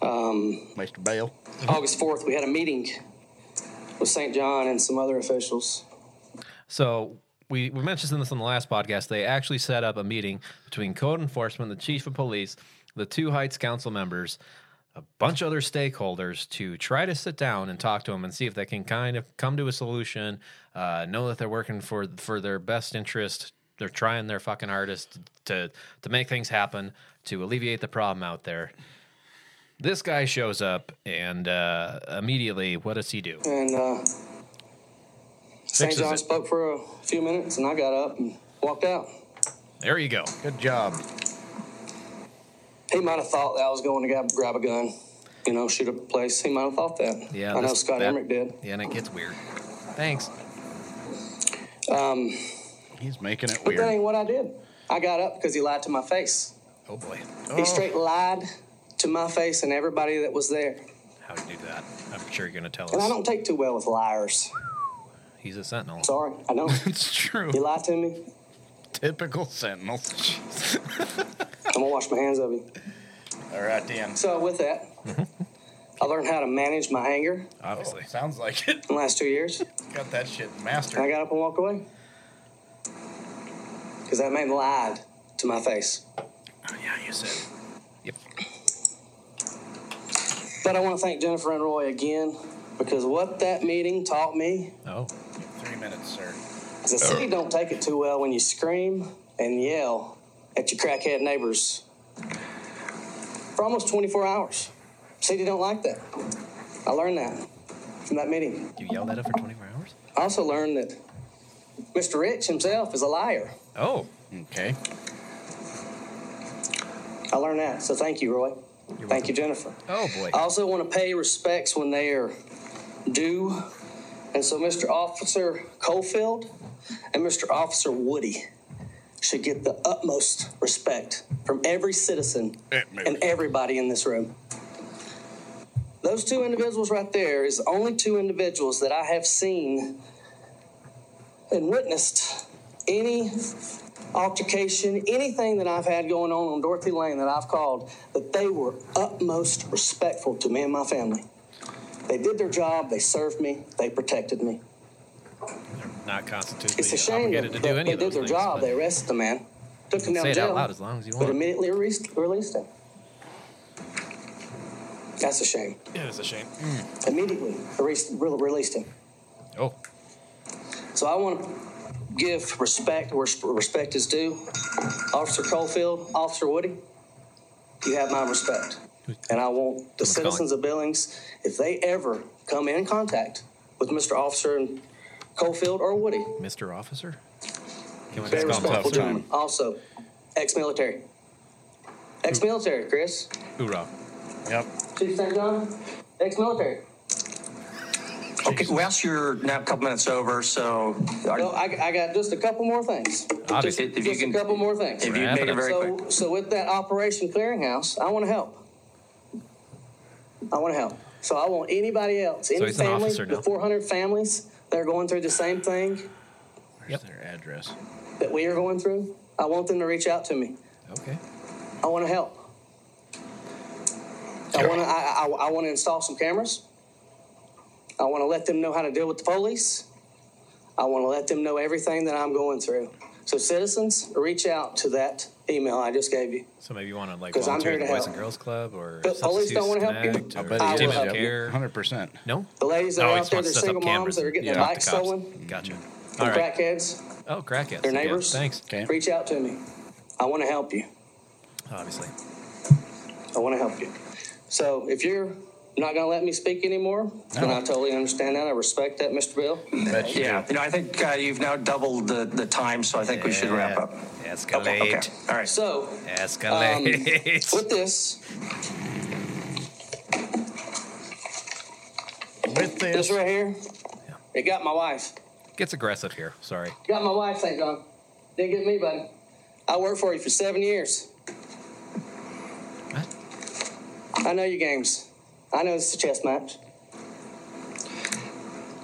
Speaker 8: Um,
Speaker 2: Mr. Bale.
Speaker 8: August fourth, we had a meeting with St. John and some other officials.
Speaker 1: So we, we mentioned this on the last podcast. They actually set up a meeting between code enforcement, the chief of police, the two Heights council members, a bunch of other stakeholders to try to sit down and talk to them and see if they can kind of come to a solution, uh, know that they're working for for their best interest. They're trying their fucking hardest to to make things happen to alleviate the problem out there. This guy shows up and uh, immediately, what does he do?
Speaker 8: And uh, St.
Speaker 1: Fixes
Speaker 8: John
Speaker 1: it.
Speaker 8: spoke for a few minutes, and I got up and walked out.
Speaker 1: There you go.
Speaker 2: Good job.
Speaker 8: He might have thought that I was going to grab, grab a gun, you know, shoot up a place. He might have thought that.
Speaker 1: Yeah,
Speaker 8: I know
Speaker 1: this-
Speaker 8: Scott
Speaker 1: that-
Speaker 8: Emmerich did.
Speaker 1: Yeah, and it gets weird. Thanks.
Speaker 2: He's making it
Speaker 8: Um, But that
Speaker 2: weird.
Speaker 8: ain't what I did. I got up because he lied to my face.
Speaker 1: Oh boy,
Speaker 8: He straight lied to my face and everybody that was there.
Speaker 1: how do you do that? I'm sure you're gonna tell
Speaker 8: And I
Speaker 1: us.
Speaker 8: don't take too well with liars.
Speaker 1: He's a sentinel.
Speaker 8: Sorry, I don't.
Speaker 2: It's true.
Speaker 8: You lied to me.
Speaker 2: Typical Sentinel.
Speaker 8: I'm gonna wash my hands of you.
Speaker 2: All right, Dan. Mm-hmm.
Speaker 8: So with that, I learned how to manage my anger
Speaker 1: Obviously,
Speaker 2: Sounds like it.
Speaker 8: in the last two years. And
Speaker 2: Got that shit
Speaker 8: I
Speaker 2: mastered.
Speaker 8: got up and walked away because that man lied to my face.
Speaker 2: Oh, Yeah, you said.
Speaker 8: But I want to thank Jennifer and Roy again because what that meeting taught me
Speaker 1: oh,
Speaker 2: Three minutes, sir.
Speaker 8: is the city don't take it too well when you scream and yell at your crackhead neighbors for almost 24 hours. City don't like that. I learned that from that meeting.
Speaker 1: you yelled at him for 24 hours.
Speaker 8: I also learned that Mr. Rich himself is a liar.
Speaker 1: Oh,
Speaker 2: Okay.
Speaker 8: I learned that. So thank you, Roy. thank you, Jennifer.
Speaker 1: oh boy.
Speaker 8: I also want to pay respects when they are due. And so Mr. Officer Cofield and Mr. Officer Woody should get the utmost respect from every citizen and everybody in this room. Those two individuals right there is the only two individuals that I have seen and witnessed any altercation, anything that I've had going on on Dorothy Lane that I've called, that they were utmost respectful to me and my family. They did their job, they served me, they protected me.
Speaker 1: Not constitutionally
Speaker 8: It's a shame that,
Speaker 1: obligated to
Speaker 8: that
Speaker 1: do any
Speaker 8: they
Speaker 1: of
Speaker 8: did
Speaker 1: those
Speaker 8: their
Speaker 1: things,
Speaker 8: job,
Speaker 1: but
Speaker 8: they arrested the man, took him down
Speaker 1: say
Speaker 8: to
Speaker 1: it
Speaker 8: jail,
Speaker 1: out loud as long as you
Speaker 8: but
Speaker 1: want.
Speaker 8: immediately released, released him. That's a shame.
Speaker 1: It is a shame.
Speaker 2: Hmm.
Speaker 8: Immediately released, re- released him.
Speaker 1: Oh,
Speaker 8: So I want to give respect where sp- respect is due. Officer Colefield, Officer Woody, you have my respect. And I want the
Speaker 1: Someone's
Speaker 8: citizens of Billings, if they ever come in contact with Mr. Officer Colefield or Woody,
Speaker 1: Mr. Officer. Can we
Speaker 8: very
Speaker 1: just call him
Speaker 8: respectful
Speaker 1: officer?
Speaker 8: gentlemen. Also, ex-military. Ex-military, Chris.
Speaker 1: Hoorah.
Speaker 2: Yep.
Speaker 8: Chief St. John, ex-military.
Speaker 4: Okay, well, you're now a couple minutes over, so are-
Speaker 8: No, I, I got just a couple more things. Just,
Speaker 4: Obviously, if you
Speaker 8: just
Speaker 4: can-
Speaker 8: a couple more things.
Speaker 4: if you
Speaker 1: Wrap
Speaker 4: make
Speaker 1: it
Speaker 4: it
Speaker 1: up.
Speaker 4: very
Speaker 8: so,
Speaker 4: quick.
Speaker 8: so with that Operation Clearinghouse, I want to help. I want to help. So I want anybody else, any
Speaker 1: he's an
Speaker 8: family,
Speaker 1: officer now.
Speaker 8: the 400 families that are going through the same thing
Speaker 2: Where's
Speaker 1: Yep.
Speaker 2: their address?
Speaker 8: that we are going through, I want them to reach out to me.
Speaker 1: Okay.
Speaker 8: I want to help. I want to. I, I, I want to install some cameras. I want to let them know how to deal with the police. I want to let them know everything that I'm going through. So, citizens, reach out to that email I just gave you.
Speaker 1: So maybe you want to like
Speaker 8: 'Cause I'm
Speaker 1: volunteer at the
Speaker 8: here to
Speaker 1: Boys
Speaker 8: help.
Speaker 1: and Girls Club or
Speaker 8: The police don't wanna help you?
Speaker 1: Substitutes Connect
Speaker 2: I'll
Speaker 1: or
Speaker 2: bet
Speaker 8: I
Speaker 2: he
Speaker 8: will
Speaker 2: is.
Speaker 1: Dementia
Speaker 8: help you.
Speaker 1: Care.
Speaker 2: 100%.
Speaker 1: No.
Speaker 8: The ladies that
Speaker 1: Oh,
Speaker 8: are
Speaker 1: he
Speaker 8: out there,
Speaker 1: just wants
Speaker 8: they're
Speaker 1: to set up
Speaker 8: single moms
Speaker 1: cameras
Speaker 8: that are
Speaker 1: and
Speaker 8: getting
Speaker 1: talk
Speaker 8: their
Speaker 1: to
Speaker 8: bikes
Speaker 1: cops.
Speaker 8: stolen,
Speaker 1: Gotcha.
Speaker 8: the
Speaker 1: All right.
Speaker 8: crackheads.
Speaker 1: Oh, crackheads.
Speaker 8: Their
Speaker 1: Yeah,
Speaker 8: neighbors.
Speaker 1: Thanks.
Speaker 2: Okay.
Speaker 8: Reach out to me. I want to help you.
Speaker 1: Obviously.
Speaker 8: I want to help you. So, if you're not going to let me speak anymore, then
Speaker 2: No.
Speaker 8: I totally understand that. I respect that, Mr. Bill.
Speaker 2: Bet you
Speaker 4: Yeah, you know, I think uh, you've now doubled the, the time, so I think we should wrap up. Okay,
Speaker 1: Escalate.
Speaker 4: okay. All right.
Speaker 8: So, um,
Speaker 1: Escalate.
Speaker 8: with this,
Speaker 2: do. With
Speaker 8: This
Speaker 2: this.
Speaker 8: right here, it got my wife.
Speaker 1: Gets aggressive here. Sorry.
Speaker 8: Got my wife, thank God. Didn't get me, buddy. I worked for you for seven years.
Speaker 1: What?
Speaker 8: I know your games. I know it's a chess match.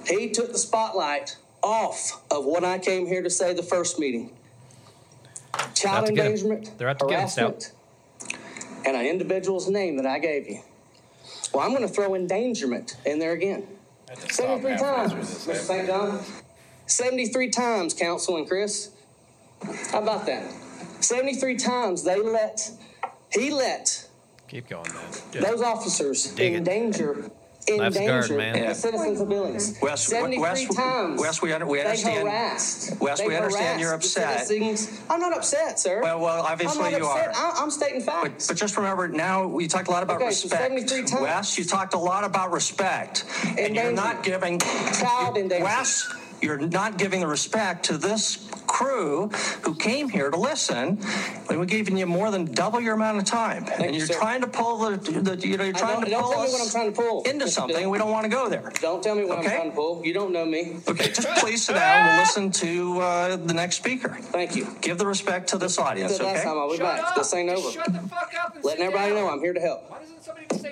Speaker 8: He took the spotlight off of what I came here to say the first meeting.
Speaker 1: out
Speaker 8: Child
Speaker 1: to get him.
Speaker 8: endangerment,
Speaker 1: They're out to get him, Stout.
Speaker 8: harassment, and an individual's name that I gave you. Well, I'm going to throw endangerment in there again. 73 times, Mr. St. John. 73 times, Council and Chris. How about that? 73 times they let, he let
Speaker 1: Keep going, man.
Speaker 8: those officers
Speaker 1: Dig it.
Speaker 8: endanger,
Speaker 1: Life's a guard,
Speaker 8: endanger
Speaker 1: man.
Speaker 8: the
Speaker 4: Yeah.
Speaker 8: citizens of Billings.
Speaker 4: Wes,
Speaker 8: 73
Speaker 4: Wes,
Speaker 8: times
Speaker 4: Wes, we, under, we
Speaker 8: they
Speaker 4: understand.
Speaker 8: harassed.
Speaker 4: Wes,
Speaker 8: they
Speaker 4: we understand
Speaker 8: harassed
Speaker 4: you're
Speaker 8: the
Speaker 4: upset.
Speaker 8: citizens. I'm not upset, sir.
Speaker 4: Well, well, obviously
Speaker 8: I'm not
Speaker 4: you
Speaker 8: upset.
Speaker 4: are.
Speaker 8: I, I'm stating
Speaker 4: But,
Speaker 8: facts.
Speaker 4: but Oh, just remember, now we talked a lot about
Speaker 8: Okay, so
Speaker 4: respect.
Speaker 8: 73 times.
Speaker 4: Wes, you talked a lot about respect, and you're
Speaker 8: Endangerment.
Speaker 4: not giving
Speaker 8: Child endangerment.
Speaker 4: Wes, you're not giving the respect to this crew who came here to listen, and we're giving you more than double your amount of time. and
Speaker 8: you,
Speaker 4: you're
Speaker 8: sir.
Speaker 4: trying to pull the, the you know, you're
Speaker 8: I
Speaker 4: trying
Speaker 8: don't-
Speaker 4: to
Speaker 8: don't
Speaker 4: pull
Speaker 8: tell me
Speaker 4: us
Speaker 8: what I'm trying to pull,
Speaker 4: into
Speaker 8: Mr.
Speaker 4: something.
Speaker 8: Dillon.
Speaker 4: We don't want to go there.
Speaker 8: Don't tell me what
Speaker 4: Okay.
Speaker 8: I'm trying to pull. You don't know me.
Speaker 4: Okay, just please sit down.
Speaker 1: Ah!
Speaker 4: We'll listen to uh, the next speaker.
Speaker 8: Thank you.
Speaker 4: Give the respect to this
Speaker 8: Said
Speaker 4: audience,
Speaker 8: last time
Speaker 4: okay?
Speaker 8: I'll be back. This ain't over.
Speaker 1: the fuck up and
Speaker 8: Letting everybody know I'm here to help.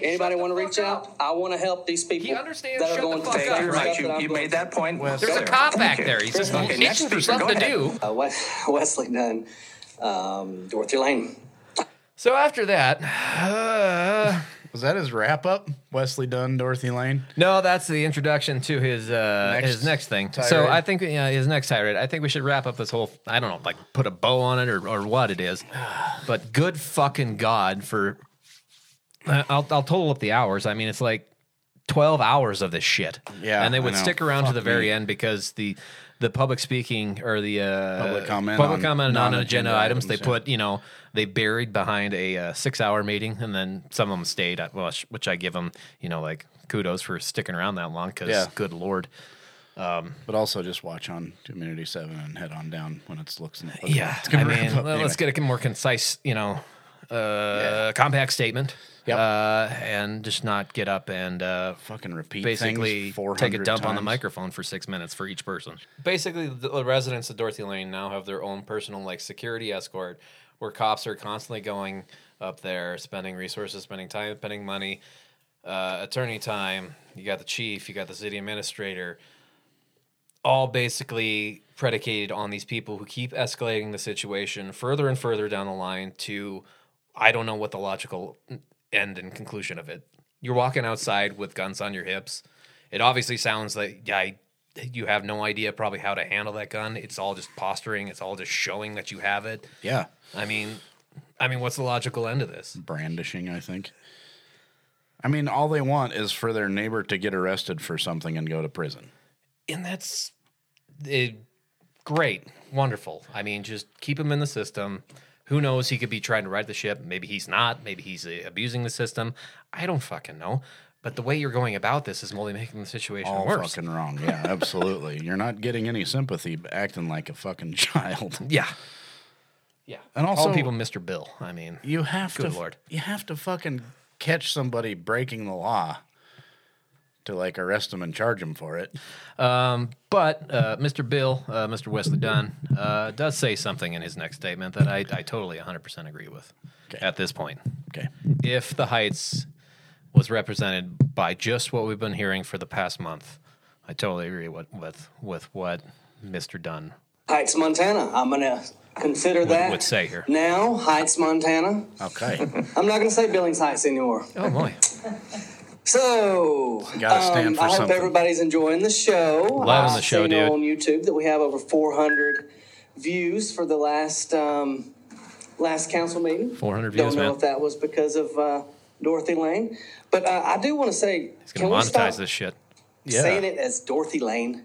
Speaker 8: Anybody want to reach out? I want to help these people
Speaker 1: He understands.
Speaker 8: that are
Speaker 1: Shut
Speaker 8: going
Speaker 1: the
Speaker 8: through
Speaker 1: fuck
Speaker 8: stuff
Speaker 4: Thank you,
Speaker 1: up.
Speaker 8: that
Speaker 4: right. You,
Speaker 8: I'm
Speaker 4: you
Speaker 8: going
Speaker 4: made that point.
Speaker 2: Wes,
Speaker 1: There's a
Speaker 2: There.
Speaker 1: cop
Speaker 4: Thank
Speaker 1: back
Speaker 4: you.
Speaker 1: there. He's just
Speaker 4: Okay, next
Speaker 1: looking for
Speaker 4: speaker, go
Speaker 1: something to
Speaker 4: ahead.
Speaker 1: do.
Speaker 8: through. Uh, Wes- Wesley Dunn, um, Dorothy Lane.
Speaker 1: So after that, uh,
Speaker 2: Was that his wrap up? Wesley Dunn, Dorothy Lane?
Speaker 1: no, that's the introduction to his uh,
Speaker 2: Next
Speaker 1: his next thing. So
Speaker 2: tirade.
Speaker 1: I think yeah, his next tirade. I think we should wrap up this whole. I don't know, like put a bow on it or, or what it is. But good fucking god for. Uh, I'll I'll total up the hours. I mean, it's like twelve hours of this shit.
Speaker 2: Yeah,
Speaker 1: and they
Speaker 2: I
Speaker 1: would
Speaker 2: know.
Speaker 1: stick around to
Speaker 2: Fuck
Speaker 1: the very
Speaker 2: me.
Speaker 1: end because the the public speaking or the uh,
Speaker 2: Public comment
Speaker 1: public
Speaker 2: on
Speaker 1: comment on agenda
Speaker 2: non-agenda
Speaker 1: items. They
Speaker 2: items, yeah.
Speaker 1: put you know they buried behind a uh, six hour meeting and then some of them stayed at which, which i give them you know like kudos for sticking around that long because
Speaker 2: Yeah.
Speaker 1: good lord Um,
Speaker 2: But also just watch on Community 7 and head on down when it's looks. looking-
Speaker 1: yeah
Speaker 2: it's
Speaker 1: i
Speaker 2: gonna
Speaker 1: mean
Speaker 2: wrap up
Speaker 1: well, let's
Speaker 2: anyway.
Speaker 1: get a more concise you know uh
Speaker 2: Yeah.
Speaker 1: compact statement
Speaker 2: Yep.
Speaker 1: uh and just not get up and uh
Speaker 2: Fucking repeat
Speaker 1: basically
Speaker 2: things 400
Speaker 1: take a dump on the
Speaker 2: times.
Speaker 1: microphone for six minutes for each person. Basically, the the residents of Dorothy Lane now have their own personal like security escort, where cops are constantly going up there, spending resources, spending time, spending money, uh, attorney time. You got the chief, you got the city administrator, all basically predicated on these people who keep escalating the situation further and further down the line to I don't know what the logical end and conclusion of it. You're walking outside with guns on your hips. It obviously sounds like yeah, I- you have no idea probably how to handle that gun. It's all just posturing. It's all just showing that you have it.
Speaker 2: Yeah.
Speaker 1: I mean, I mean, what's the logical end of this?
Speaker 2: Brandishing, I think. I mean, all they want is for their neighbor to get arrested for something and go to prison.
Speaker 1: And that's it, great, wonderful. I mean, just keep him in the system. Who knows? He could be trying to ride the ship. Maybe he's not. Maybe he's uh, abusing the system. I don't fucking know. But the way you're going about this is only making the situation
Speaker 2: All
Speaker 1: worse.
Speaker 2: fucking wrong. Yeah, absolutely. You're not getting any sympathy but acting like a fucking child.
Speaker 1: Yeah. Yeah.
Speaker 2: And
Speaker 1: Call
Speaker 2: also-
Speaker 1: people Mr. Bill. I mean,
Speaker 2: You have
Speaker 1: Good
Speaker 2: to
Speaker 1: Lord.
Speaker 2: You have to fucking catch somebody breaking the law to like arrest him and charge him for it.
Speaker 1: Um, but uh, Mr. Bill, uh, Mr. Wesley Dunn, uh, does say something in his next statement that I, I totally 100% agree with at this point.
Speaker 2: Okay.
Speaker 1: If the Heights was represented by just what we've been hearing for the past month, I totally agree with, with, with what Mr. Dunn.
Speaker 8: Heights, Montana. I'm gonna consider that.
Speaker 1: would say here.
Speaker 8: Now, Heights, Montana.
Speaker 2: Okay.
Speaker 8: I'm not gonna say Billings Heights anymore.
Speaker 1: Oh, boy.
Speaker 8: So, um,
Speaker 2: Gotta stand for
Speaker 8: I hope
Speaker 2: something.
Speaker 8: everybody's enjoying the show.
Speaker 1: Loving the
Speaker 8: I've
Speaker 1: show,
Speaker 8: seen
Speaker 1: dude.
Speaker 8: On YouTube, that we have over 400 views for the last um, last council meeting.
Speaker 1: 400
Speaker 8: Don't
Speaker 1: views,
Speaker 8: know
Speaker 1: man.
Speaker 8: if that was because of uh, Dorothy Lane, but uh, I do want to say,
Speaker 1: He's
Speaker 8: can
Speaker 1: going
Speaker 8: we
Speaker 1: to
Speaker 8: stop
Speaker 1: monetize this shit.
Speaker 8: saying it as Dorothy Lane?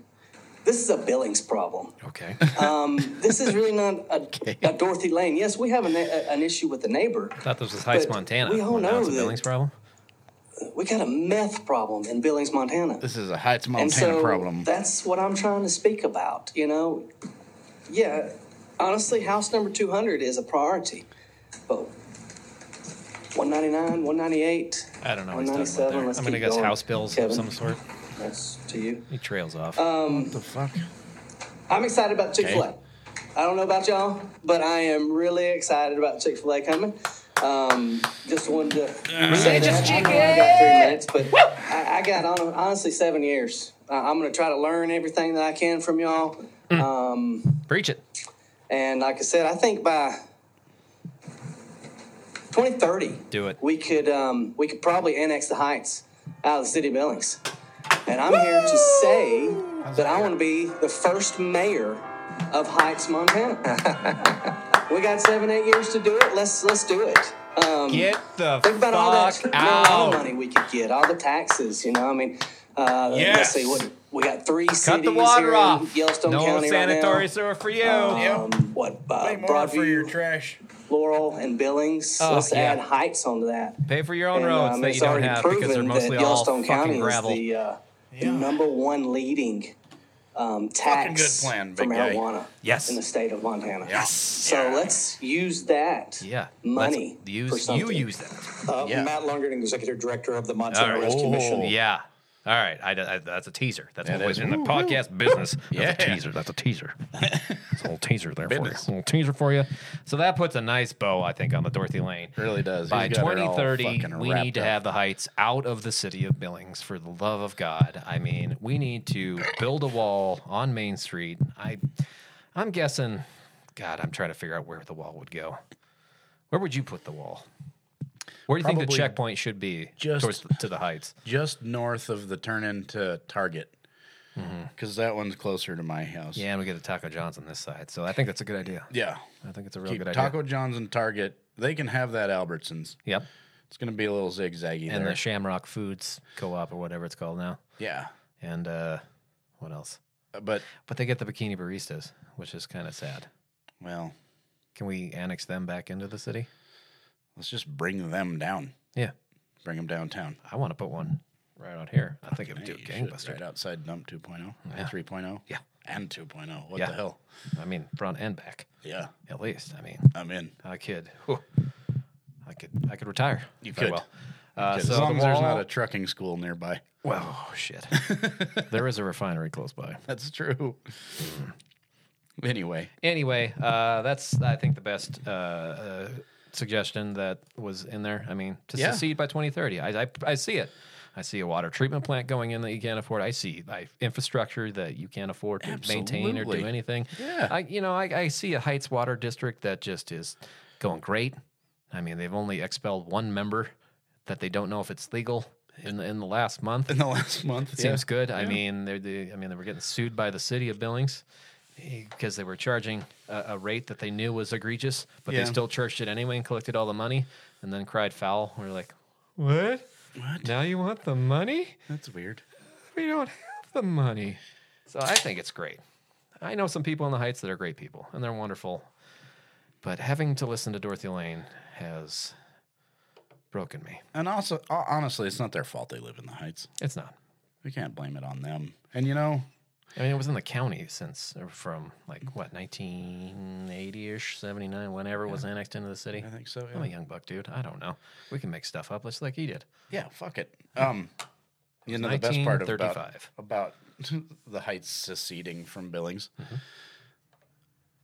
Speaker 8: This is a Billings problem. Um,
Speaker 1: Okay.
Speaker 8: This is really not a, a Dorothy Lane. Yes, we have an, a, an issue with the neighbor.
Speaker 1: thought this was Heights,
Speaker 8: But
Speaker 1: Montana.
Speaker 8: we all
Speaker 1: Well, now
Speaker 8: know
Speaker 1: it's a
Speaker 8: that-
Speaker 1: Billings problem.
Speaker 8: We got a meth problem in Billings, Montana.
Speaker 2: This is a Heights Montana
Speaker 8: and so
Speaker 2: problem.
Speaker 8: that's what I'm trying to speak about. You know, yeah, honestly, house number 200 is a priority, but 199, 198.
Speaker 1: I don't know what he's talking about there.
Speaker 8: 197, let's
Speaker 1: I'm going to
Speaker 8: keep
Speaker 1: guess
Speaker 8: going.
Speaker 1: house bills
Speaker 8: Kevin,
Speaker 1: of some sort.
Speaker 8: That's to you. Uh,
Speaker 1: He trails off.
Speaker 2: what the fuck?
Speaker 8: Um, I'm excited about Chick Fil A.
Speaker 2: Okay.
Speaker 8: I don't know about y'all, but I am really excited about Chick Fil A coming. Um, just wanted
Speaker 2: Uh,
Speaker 8: to say that. I know I got three minutes, but I, I got hon- honestly seven years. Uh, I'm gonna try to learn everything that I can from y'all.
Speaker 1: Mm.
Speaker 5: Um,
Speaker 1: Preach it.
Speaker 8: And like I said, I think by 2030,
Speaker 1: Do it.
Speaker 8: we could um, we could probably annex the Heights out of the city of Billings. And I'm here to say that I want to be the first mayor of Heights, Montana. we got seven, eight years to do it. Let's let's do it. Um,
Speaker 1: Get the
Speaker 8: Think about all that
Speaker 1: fuck
Speaker 8: marijuana
Speaker 1: out.
Speaker 8: money we could get, all the taxes. You know, I mean, uh, let's
Speaker 1: Yes.
Speaker 8: see what we got. Three
Speaker 1: Cut
Speaker 8: cities
Speaker 1: the water
Speaker 8: here
Speaker 1: off.
Speaker 8: in Yellowstone
Speaker 1: no
Speaker 8: County
Speaker 1: sanitary
Speaker 8: right now.
Speaker 1: sewer for you.
Speaker 8: Um, what uh,
Speaker 2: Pay more for your
Speaker 8: Broadview,
Speaker 2: trash.
Speaker 8: Laurel, and Billings.
Speaker 1: Oh,
Speaker 8: Let's
Speaker 1: yeah.
Speaker 8: add Heights onto that.
Speaker 1: Pay for your own
Speaker 8: And,
Speaker 1: roads
Speaker 8: um,
Speaker 1: that
Speaker 8: it's
Speaker 1: you don't
Speaker 8: already
Speaker 1: have because they're
Speaker 8: proven
Speaker 1: mostly
Speaker 8: that
Speaker 1: all
Speaker 8: Yellowstone
Speaker 1: fucking
Speaker 8: County
Speaker 1: gravel.
Speaker 8: Is the, uh,
Speaker 2: Yeah.
Speaker 8: number one leading um, tax
Speaker 2: good plan,
Speaker 8: for
Speaker 2: big guy.
Speaker 8: marijuana
Speaker 1: Yes.
Speaker 8: in the state of Montana.
Speaker 2: Yes.
Speaker 8: So let's use that
Speaker 1: yeah.
Speaker 8: money
Speaker 1: Let's
Speaker 8: for
Speaker 1: Use, you
Speaker 8: something.
Speaker 1: use that.
Speaker 9: Uh,
Speaker 2: Yeah.
Speaker 9: Matt Longerdon, Executive Director of the Montana Rescue Mission.
Speaker 1: Oh, Yeah. All right. I, I, that's a teaser. That's
Speaker 2: That
Speaker 1: what was
Speaker 2: is.
Speaker 1: in the podcast business. That's
Speaker 2: Yeah.
Speaker 1: a teaser. That's a teaser. It's a little teaser there for you.
Speaker 2: Business.
Speaker 1: A little teaser for you. So that puts a nice bow, I think, on the Dorothy Lane.
Speaker 2: Really does.
Speaker 1: By
Speaker 2: He's got her all
Speaker 1: 2030,
Speaker 2: fucking
Speaker 1: we
Speaker 2: wrapped
Speaker 1: need to
Speaker 2: up.
Speaker 1: have the heights out of the city of Billings for the love of God. I mean, we need to build a wall on Main Street. I I'm guessing God, I'm trying to figure out where the wall would go. Where would you put the wall? Where do you think the
Speaker 2: Probably
Speaker 1: checkpoint should be
Speaker 2: just-
Speaker 1: towards to the heights?
Speaker 2: just north of the turn into Target. Because that one's closer to my house.
Speaker 1: Mm-hmm. Yeah, and we get a Taco John's on this side. So I think that's a good idea.
Speaker 2: Yeah.
Speaker 1: I think it's a real
Speaker 2: Keep
Speaker 1: good
Speaker 2: Taco
Speaker 1: idea.
Speaker 2: John's and Target. They can have that Albertsons.
Speaker 1: Yep.
Speaker 2: It's going to be a little zigzaggy
Speaker 1: And
Speaker 2: there.
Speaker 1: the Shamrock Foods Co-op or whatever it's called now.
Speaker 2: yeah.
Speaker 1: And uh what else?
Speaker 2: Uh, But,
Speaker 1: But they get the bikini baristas, which is kind of sad.
Speaker 2: well,
Speaker 1: Can we annex them back into the city?
Speaker 2: let's just bring them down.
Speaker 1: Yeah.
Speaker 2: Bring them downtown.
Speaker 1: I want to put one right out here. I think it would do a
Speaker 2: You should,
Speaker 1: gangbuster.
Speaker 2: Right outside Dump oh, 2.0,
Speaker 1: Yeah.
Speaker 2: 3.0.
Speaker 1: Yeah.
Speaker 2: And 2.0. What
Speaker 1: Yeah.
Speaker 2: the hell?
Speaker 1: I mean, front and back,
Speaker 2: Yeah.
Speaker 1: at least. I mean,
Speaker 2: I'm in.
Speaker 1: I could, whew, I could, I could retire.
Speaker 2: You
Speaker 1: if I
Speaker 2: could.
Speaker 1: will. Uh,
Speaker 2: 'Cause
Speaker 1: so
Speaker 2: as long
Speaker 1: the
Speaker 2: as there's
Speaker 1: wall-
Speaker 2: not a trucking school nearby.
Speaker 1: well, shit. there is a refinery close by.
Speaker 2: That's true. anyway.
Speaker 1: Anyway, uh, that's I think the best uh, uh, suggestion that was in there. I mean, to
Speaker 2: Yeah.
Speaker 1: succeed by 2030, I, I I see it. I see a water treatment plant going in that you can't afford. I see like, infrastructure that you can't afford to maintain or do
Speaker 2: Absolutely.
Speaker 1: anything.
Speaker 2: Yeah.
Speaker 1: I you know I, I see a Heights Water District that just is going great. I mean, they've only expelled one member that they don't know if it's legal in the, in the last month.
Speaker 2: In the last month.
Speaker 1: It
Speaker 2: yeah.
Speaker 1: seems good. I mean, they're the, I mean, they were getting sued by the city of Billings because they were charging a, a rate that they knew was egregious, but
Speaker 2: Yeah.
Speaker 1: they still charged it anyway and collected all the money and then cried foul. We're like, what?
Speaker 2: What?
Speaker 1: Now you want the money?
Speaker 2: That's weird.
Speaker 1: We don't have the money. So I think it's great. I know some people in the Heights that are great people and they're wonderful, but having to listen to Dorothy Lane has broken me.
Speaker 2: And also, ho- honestly, it's not their fault they live in the Heights.
Speaker 1: It's not.
Speaker 2: We can't blame it on them. And you know,
Speaker 1: I mean, it was in the county since or from like what 1980ish, 79, whenever it was annexed into the city.
Speaker 2: I think so.
Speaker 1: I'm
Speaker 2: Yeah,
Speaker 1: a young buck, dude. I don't know. We can make stuff up, just like he did.
Speaker 2: yeah fuck it. Um, You know, the best part about,
Speaker 1: 1935.
Speaker 2: about the Heights seceding from Billings,
Speaker 1: Mm-hmm.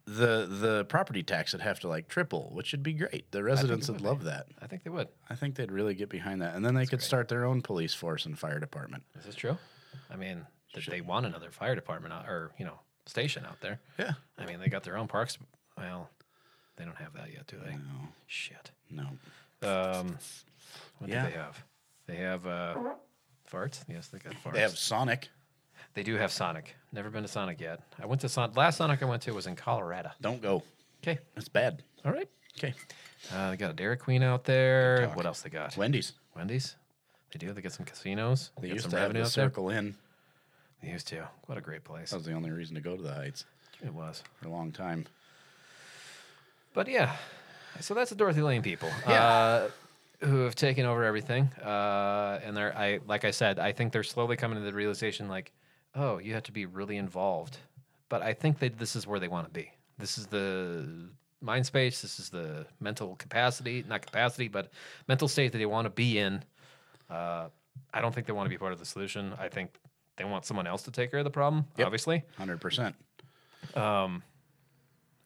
Speaker 2: the the property tax would have to like triple, which would be great. The residents would love that.
Speaker 1: I think they would.
Speaker 2: I think they'd really get behind that, and then they could start their own police force and fire department.
Speaker 1: Is this true? I mean, th- they want another fire department out, or you know, station out there.
Speaker 2: Yeah.
Speaker 1: I mean, they got their own parks. Well, they don't have that yet, do they?
Speaker 2: No.
Speaker 1: Shit.
Speaker 2: No.
Speaker 1: Um, what
Speaker 2: Yeah.
Speaker 1: do they have? They have uh, farts. Yes, they got farts.
Speaker 2: They have Sonic.
Speaker 1: They do have Sonic. Never been to Sonic yet. I went to Sonic. Last Sonic I went to was in Colorado.
Speaker 2: Don't go.
Speaker 1: Okay.
Speaker 2: That's bad.
Speaker 1: All right.
Speaker 2: Okay.
Speaker 1: Uh, they got a Dairy Queen out there. What else they got?
Speaker 2: Wendy's.
Speaker 1: Wendy's. They do. They get some casinos.
Speaker 2: They
Speaker 1: get
Speaker 2: used
Speaker 1: some
Speaker 2: to have
Speaker 1: revenue
Speaker 2: the
Speaker 1: out there.
Speaker 2: Circle Inn.
Speaker 1: They used to. What a great place
Speaker 2: That was the only reason to go to the Heights
Speaker 1: it was.
Speaker 2: for a long time.
Speaker 1: But yeah, so that's the Dorothy Lane people uh, who have taken over everything, uh, and they're I like I said, I think they're slowly coming to the realization like, oh, you have to be really involved. But I think that this is where they want to be. This is the mind space. This is the mental capacity, not capacity, but mental state that they want to be in. Uh, I don't think they want to be part of the solution. I think they want someone else to take care of the problem, obviously.
Speaker 2: Hundred percent.
Speaker 1: Um,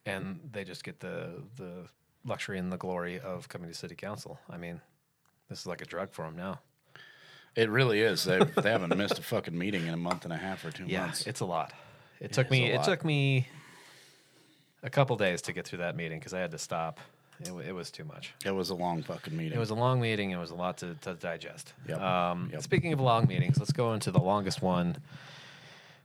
Speaker 1: and they just get the the luxury and the glory of coming to city council. I mean, this is like a drug for them now.
Speaker 2: It really is. They, they haven't missed a fucking meeting in a month and a half or two months.
Speaker 1: it's a lot. It, took
Speaker 2: is
Speaker 1: me.
Speaker 2: a
Speaker 1: It
Speaker 2: lot.
Speaker 1: took me a couple days to get through that meeting because I had to stop. It, wa- it was too much.
Speaker 2: It was a long fucking meeting.
Speaker 1: It was a long meeting. It was a lot to, to digest.
Speaker 2: Yep.
Speaker 1: Um,
Speaker 2: Yep.
Speaker 1: Speaking of long meetings, let's go into the longest one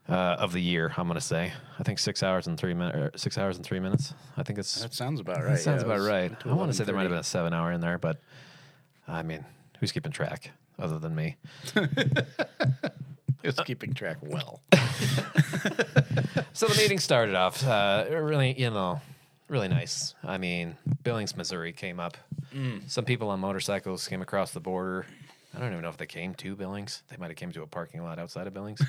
Speaker 1: uh, of the year. I'm going to say. I think six hours and three minutes. Six hours and three minutes. I think it's
Speaker 2: That sounds about right.
Speaker 1: That sounds
Speaker 2: yeah, it
Speaker 1: about
Speaker 2: was
Speaker 1: right. I want to say there might have
Speaker 2: 11:30.
Speaker 1: been a seven hour in there, but I mean, who's keeping track other than me?
Speaker 2: It's keeping track well.
Speaker 1: So the meeting started off uh, really, you know, really nice. I mean, Billings, Missouri came up.
Speaker 2: Mm.
Speaker 1: Some people on motorcycles came across the border. I don't even know if they came to Billings. They might have came to a parking lot outside of Billings.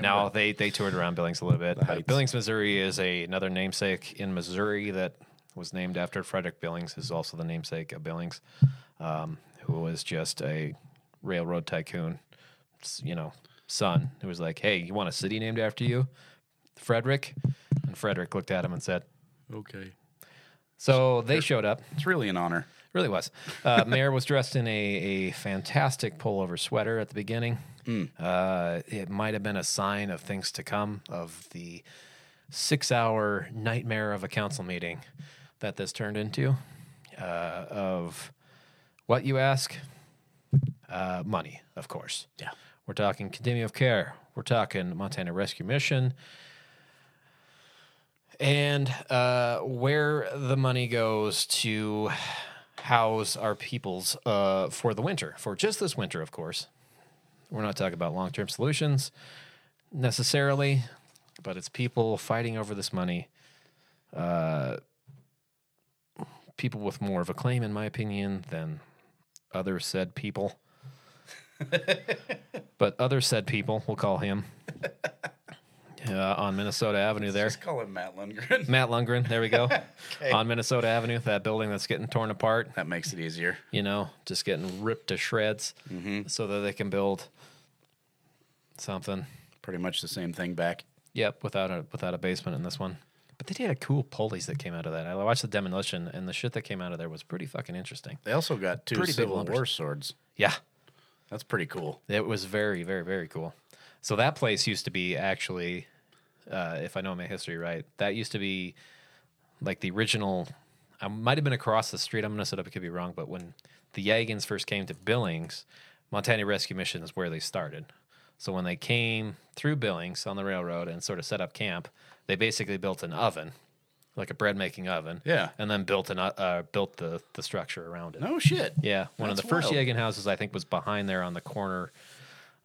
Speaker 1: no, they they toured around Billings a little bit. But
Speaker 2: Heights.
Speaker 1: Billings, Missouri is a, another namesake in Missouri that was named after Frederick Billings, who's also the namesake of Billings, um, who was just a railroad tycoon, s- you know, son who was like, "Hey, you want a city named after you, Frederick?" And Frederick looked at him and said,
Speaker 2: Okay.
Speaker 1: "So they showed up."
Speaker 2: It's really an honor.
Speaker 1: Really was. Uh, Mayor was dressed in a, a fantastic pullover sweater at the beginning.
Speaker 2: Mm.
Speaker 1: Uh, it might have been a sign of things to come, of the six hour nightmare of a council meeting that this turned into. Uh, of what you ask? Uh, money, of course.
Speaker 2: Yeah.
Speaker 1: We're talking continuum of care. We're talking Montana Rescue Mission. And uh, where the money goes to house our peoples uh, for the winter, for just this winter, of course. We're not talking about long term solutions necessarily, but it's people fighting over this money. Uh, people with more of a claim, in my opinion, than other said people. but other said people, we'll call him, uh, on Minnesota Avenue there.
Speaker 2: Just call him Matt Lundgren.
Speaker 1: Matt Lundgren, there we go. On Minnesota Avenue, that building that's getting torn apart
Speaker 2: That makes it easier. Mm-hmm.
Speaker 1: you know, just getting ripped to shreds so that they can build something.
Speaker 2: Pretty much the same thing back.
Speaker 1: Yep, without a without a basement in this one. But they did a cool pulleys that came out of that. I watched the demolition and the shit that came out of there was pretty fucking interesting.
Speaker 2: They also got two
Speaker 1: Pretty big
Speaker 2: Civil
Speaker 1: lumbers.
Speaker 2: War swords.
Speaker 1: Yeah.
Speaker 2: That's pretty cool.
Speaker 1: It was very, very, very cool. So that place used to be actually, uh, if I know my history right, that used to be like the original. I might have been across the street. I'm going to set up. It could be wrong, but when the Yagans first came to Billings, Montana Rescue Mission is where they started. So when they came through Billings on the railroad and sort of set up camp, they basically built an oven, like a bread making oven.
Speaker 2: Yeah.
Speaker 1: and then built an o- uh, built the the structure around it.
Speaker 2: No shit.
Speaker 1: Yeah, one of
Speaker 2: That's
Speaker 1: the first
Speaker 2: wild.
Speaker 1: Yagen houses I think was behind there on the corner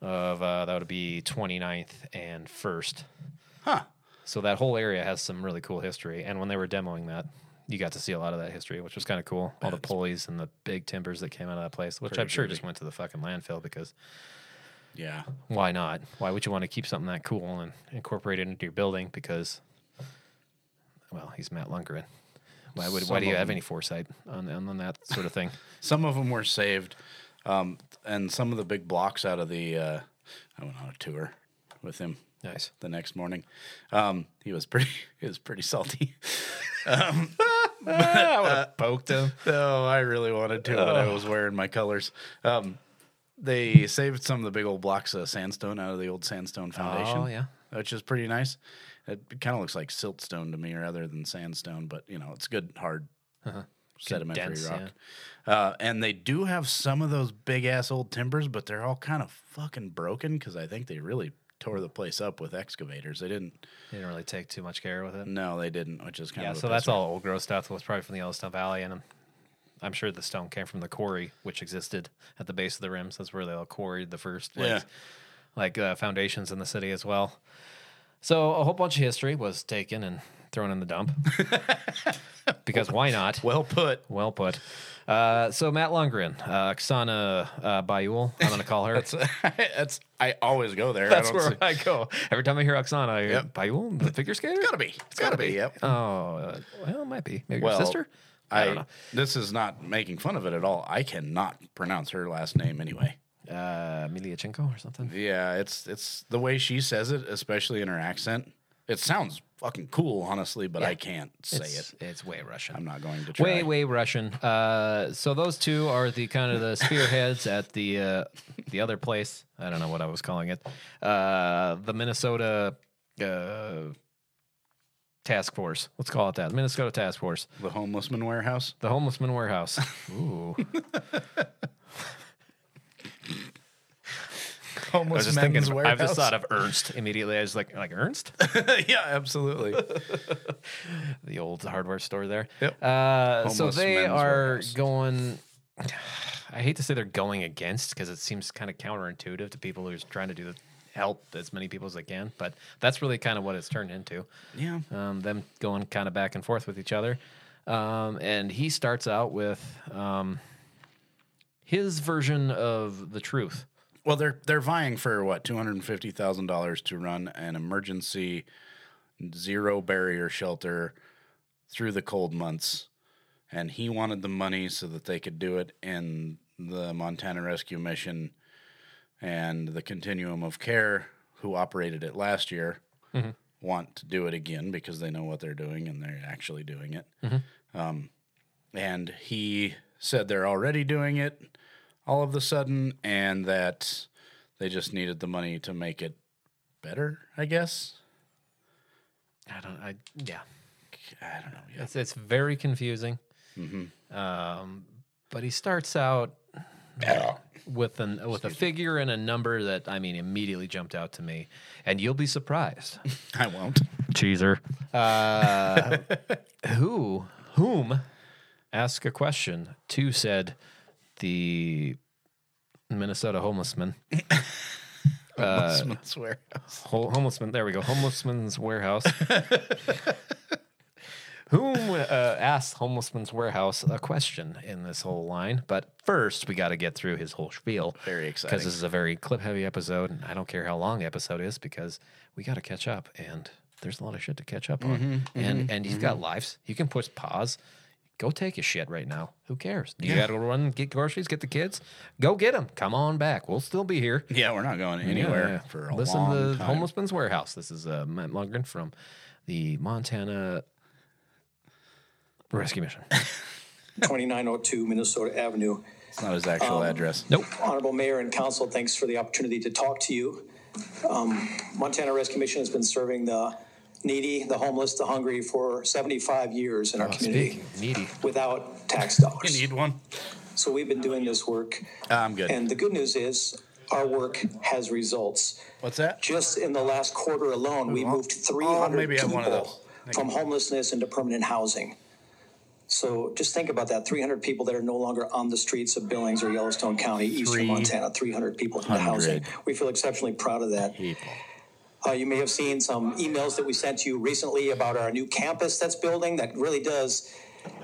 Speaker 1: of uh, that would be 29th and 1st.
Speaker 2: Huh.
Speaker 1: So that whole area has some really cool history and when they were demoing that you got to see a lot of that history, which was kind of cool. All the pulleys and the big timbers that came out of that place, which I'm sure just went to the fucking landfill because
Speaker 2: Yeah.
Speaker 1: why not? Why would you want to keep something that cool and incorporate it into your building? Because, well, he's Matt Lundgren. Why would why
Speaker 2: Some
Speaker 1: do you
Speaker 2: of
Speaker 1: have
Speaker 2: them-
Speaker 1: any foresight on on that sort of thing?
Speaker 2: Some of them were saved. Um, and some of the big blocks out of the, uh, I went on a tour with him
Speaker 1: Nice.
Speaker 2: the next morning. Um, he was pretty, he was pretty salty. Um,
Speaker 1: I would have poked him. Oh.
Speaker 2: Oh, I really wanted to, but I was wearing my colors. Um, they saved some of the big old blocks of sandstone out of the old sandstone foundation.
Speaker 1: Oh, yeah.
Speaker 2: which is pretty nice. It kind of looks like siltstone to me, rather than sandstone, but you know, it's good hard sedimentary
Speaker 1: Uh-huh. Dense,
Speaker 2: rock. Uh, and they do have some of those big ass old timbers, but they're all kind of fucking broken because I think they really tore the place up with excavators. They didn't.
Speaker 1: They didn't really take too much care with it.
Speaker 2: No, they didn't, which is kind
Speaker 1: Yeah,
Speaker 2: of a
Speaker 1: so that's
Speaker 2: pisser.
Speaker 1: all old growth stuff. It was probably from the Yellowstone Valley, and I'm, I'm sure the stone came from the quarry, which existed at the base of the rims. That's where they all quarried the first, like,
Speaker 2: Yeah.
Speaker 1: like uh, foundations in the city as well. So a whole bunch of history was taken and thrown in the dump because why not?
Speaker 2: Well put.
Speaker 1: Well put. Uh, so Matt Lundgren, uh, Oksana uh, Bayul, I'm going to call her. that's
Speaker 2: that's I always go there. I don't
Speaker 1: where
Speaker 2: see-
Speaker 1: I go. Every time I hear Oksana, I hear
Speaker 2: Yep.
Speaker 1: Bayul, the figure skater?
Speaker 2: It's gotta be. It's gotta be. Yep.
Speaker 1: Oh, uh, well, it might be. Maybe your sister?
Speaker 2: I,
Speaker 1: don't know.
Speaker 2: this is not making fun of it at all. I cannot pronounce her last name anyway.
Speaker 1: Uh, Miliachenko or something?
Speaker 2: Yeah, it's it's the way she says it, especially in her accent. It sounds fucking cool, honestly, but I can't say
Speaker 1: it's,
Speaker 2: it.
Speaker 1: It's way Russian.
Speaker 2: I'm not going to try.
Speaker 1: way way Russian. Uh, so those two are the kind of the spearheads at the uh, the other place. I don't know what I was calling it. Uh, the Minnesota uh, task force. Let's call it that. The Minnesota task force.
Speaker 2: The homelessman warehouse.
Speaker 1: The homelessman warehouse. Ooh. I was
Speaker 2: Homeless
Speaker 1: just thinking. I've just thought of Ernst immediately. I was like, like Ernst,
Speaker 2: yeah, absolutely.
Speaker 1: the old hardware store there.
Speaker 2: Yep.
Speaker 1: Uh, so
Speaker 2: Homeless
Speaker 1: they
Speaker 2: men's
Speaker 1: are
Speaker 2: warehouse.
Speaker 1: going. I hate to say they're going against because it seems kind of counterintuitive to people who's trying to do the help as many people as they can, but that's really kind of what it's turned into.
Speaker 2: Yeah.
Speaker 1: Um, them going kind of back and forth with each other. Um, and he starts out with um, his version of the truth.
Speaker 2: Well, they're they're vying for what two hundred and fifty thousand dollars to run an emergency zero barrier shelter through the cold months, and he wanted the money so that they could do it in the Montana Rescue Mission and the Continuum of Care, who operated it last year, want to do it again because they know what they're doing and they're actually doing it. Um, and he said they're already doing it all of the sudden and that they just needed the money to make it better, I guess.
Speaker 1: I don't. I yeah.
Speaker 2: I don't know. Yeah.
Speaker 1: It's it's very confusing.
Speaker 2: Mm-hmm.
Speaker 1: Um, but he starts out with an with a figure and a number that I mean immediately jumped out to me, and you'll be surprised.
Speaker 2: I won't.
Speaker 1: Cheeser. Uh, who whom ask a question to said the Minnesota homelessman.
Speaker 2: Homelessman warehouse.
Speaker 1: Hol- homelessman. There we go. Homelessman's warehouse. Whom uh, asked Homelessman's Warehouse a question in this whole line? But first, we got to get through his whole spiel.
Speaker 2: Very exciting.
Speaker 1: Because this is a very clip heavy episode. And I don't care how long the episode is because we got to catch up. And there's a lot of shit to catch up on.
Speaker 2: Mm-hmm,
Speaker 1: and and he's got lives. You can push pause. Go take a shit right now. Who cares? You got to run, get groceries, get the kids. Go get them. Come on back. We'll still be here.
Speaker 2: Yeah, we're not going anywhere
Speaker 1: Yeah, yeah.
Speaker 2: for a
Speaker 1: Listen
Speaker 2: long
Speaker 1: to the
Speaker 2: time.
Speaker 1: Homelessman's Warehouse. This is uh, Matt Lundgren from the Montana Rescue Mission.
Speaker 9: 2902 Minnesota Avenue. Um,
Speaker 2: It's not his actual address.
Speaker 1: nope.
Speaker 9: Honorable Mayor and Council, thanks for the opportunity to talk to you. Um, Montana Rescue Mission has been serving the needy, the homeless, the hungry for 75 years in our community
Speaker 1: Speaking of needy.
Speaker 9: without tax dollars.
Speaker 2: You need one?
Speaker 9: So we've been doing this work.
Speaker 2: I'm good.
Speaker 9: And the good news is our work has results.
Speaker 2: What's that? Oh,
Speaker 9: Just in the last quarter alone, we moved 300
Speaker 2: maybe I have
Speaker 9: people
Speaker 2: one of those. Thank
Speaker 9: from
Speaker 2: you.
Speaker 9: homelessness into permanent housing. So just think about that 300 people that are no longer on the streets of Billings or Yellowstone County, eastern Montana, 300 people into housing. We feel exceptionally proud of that. Uh, you may have seen some emails that we sent you recently about our new campus that's building that really does,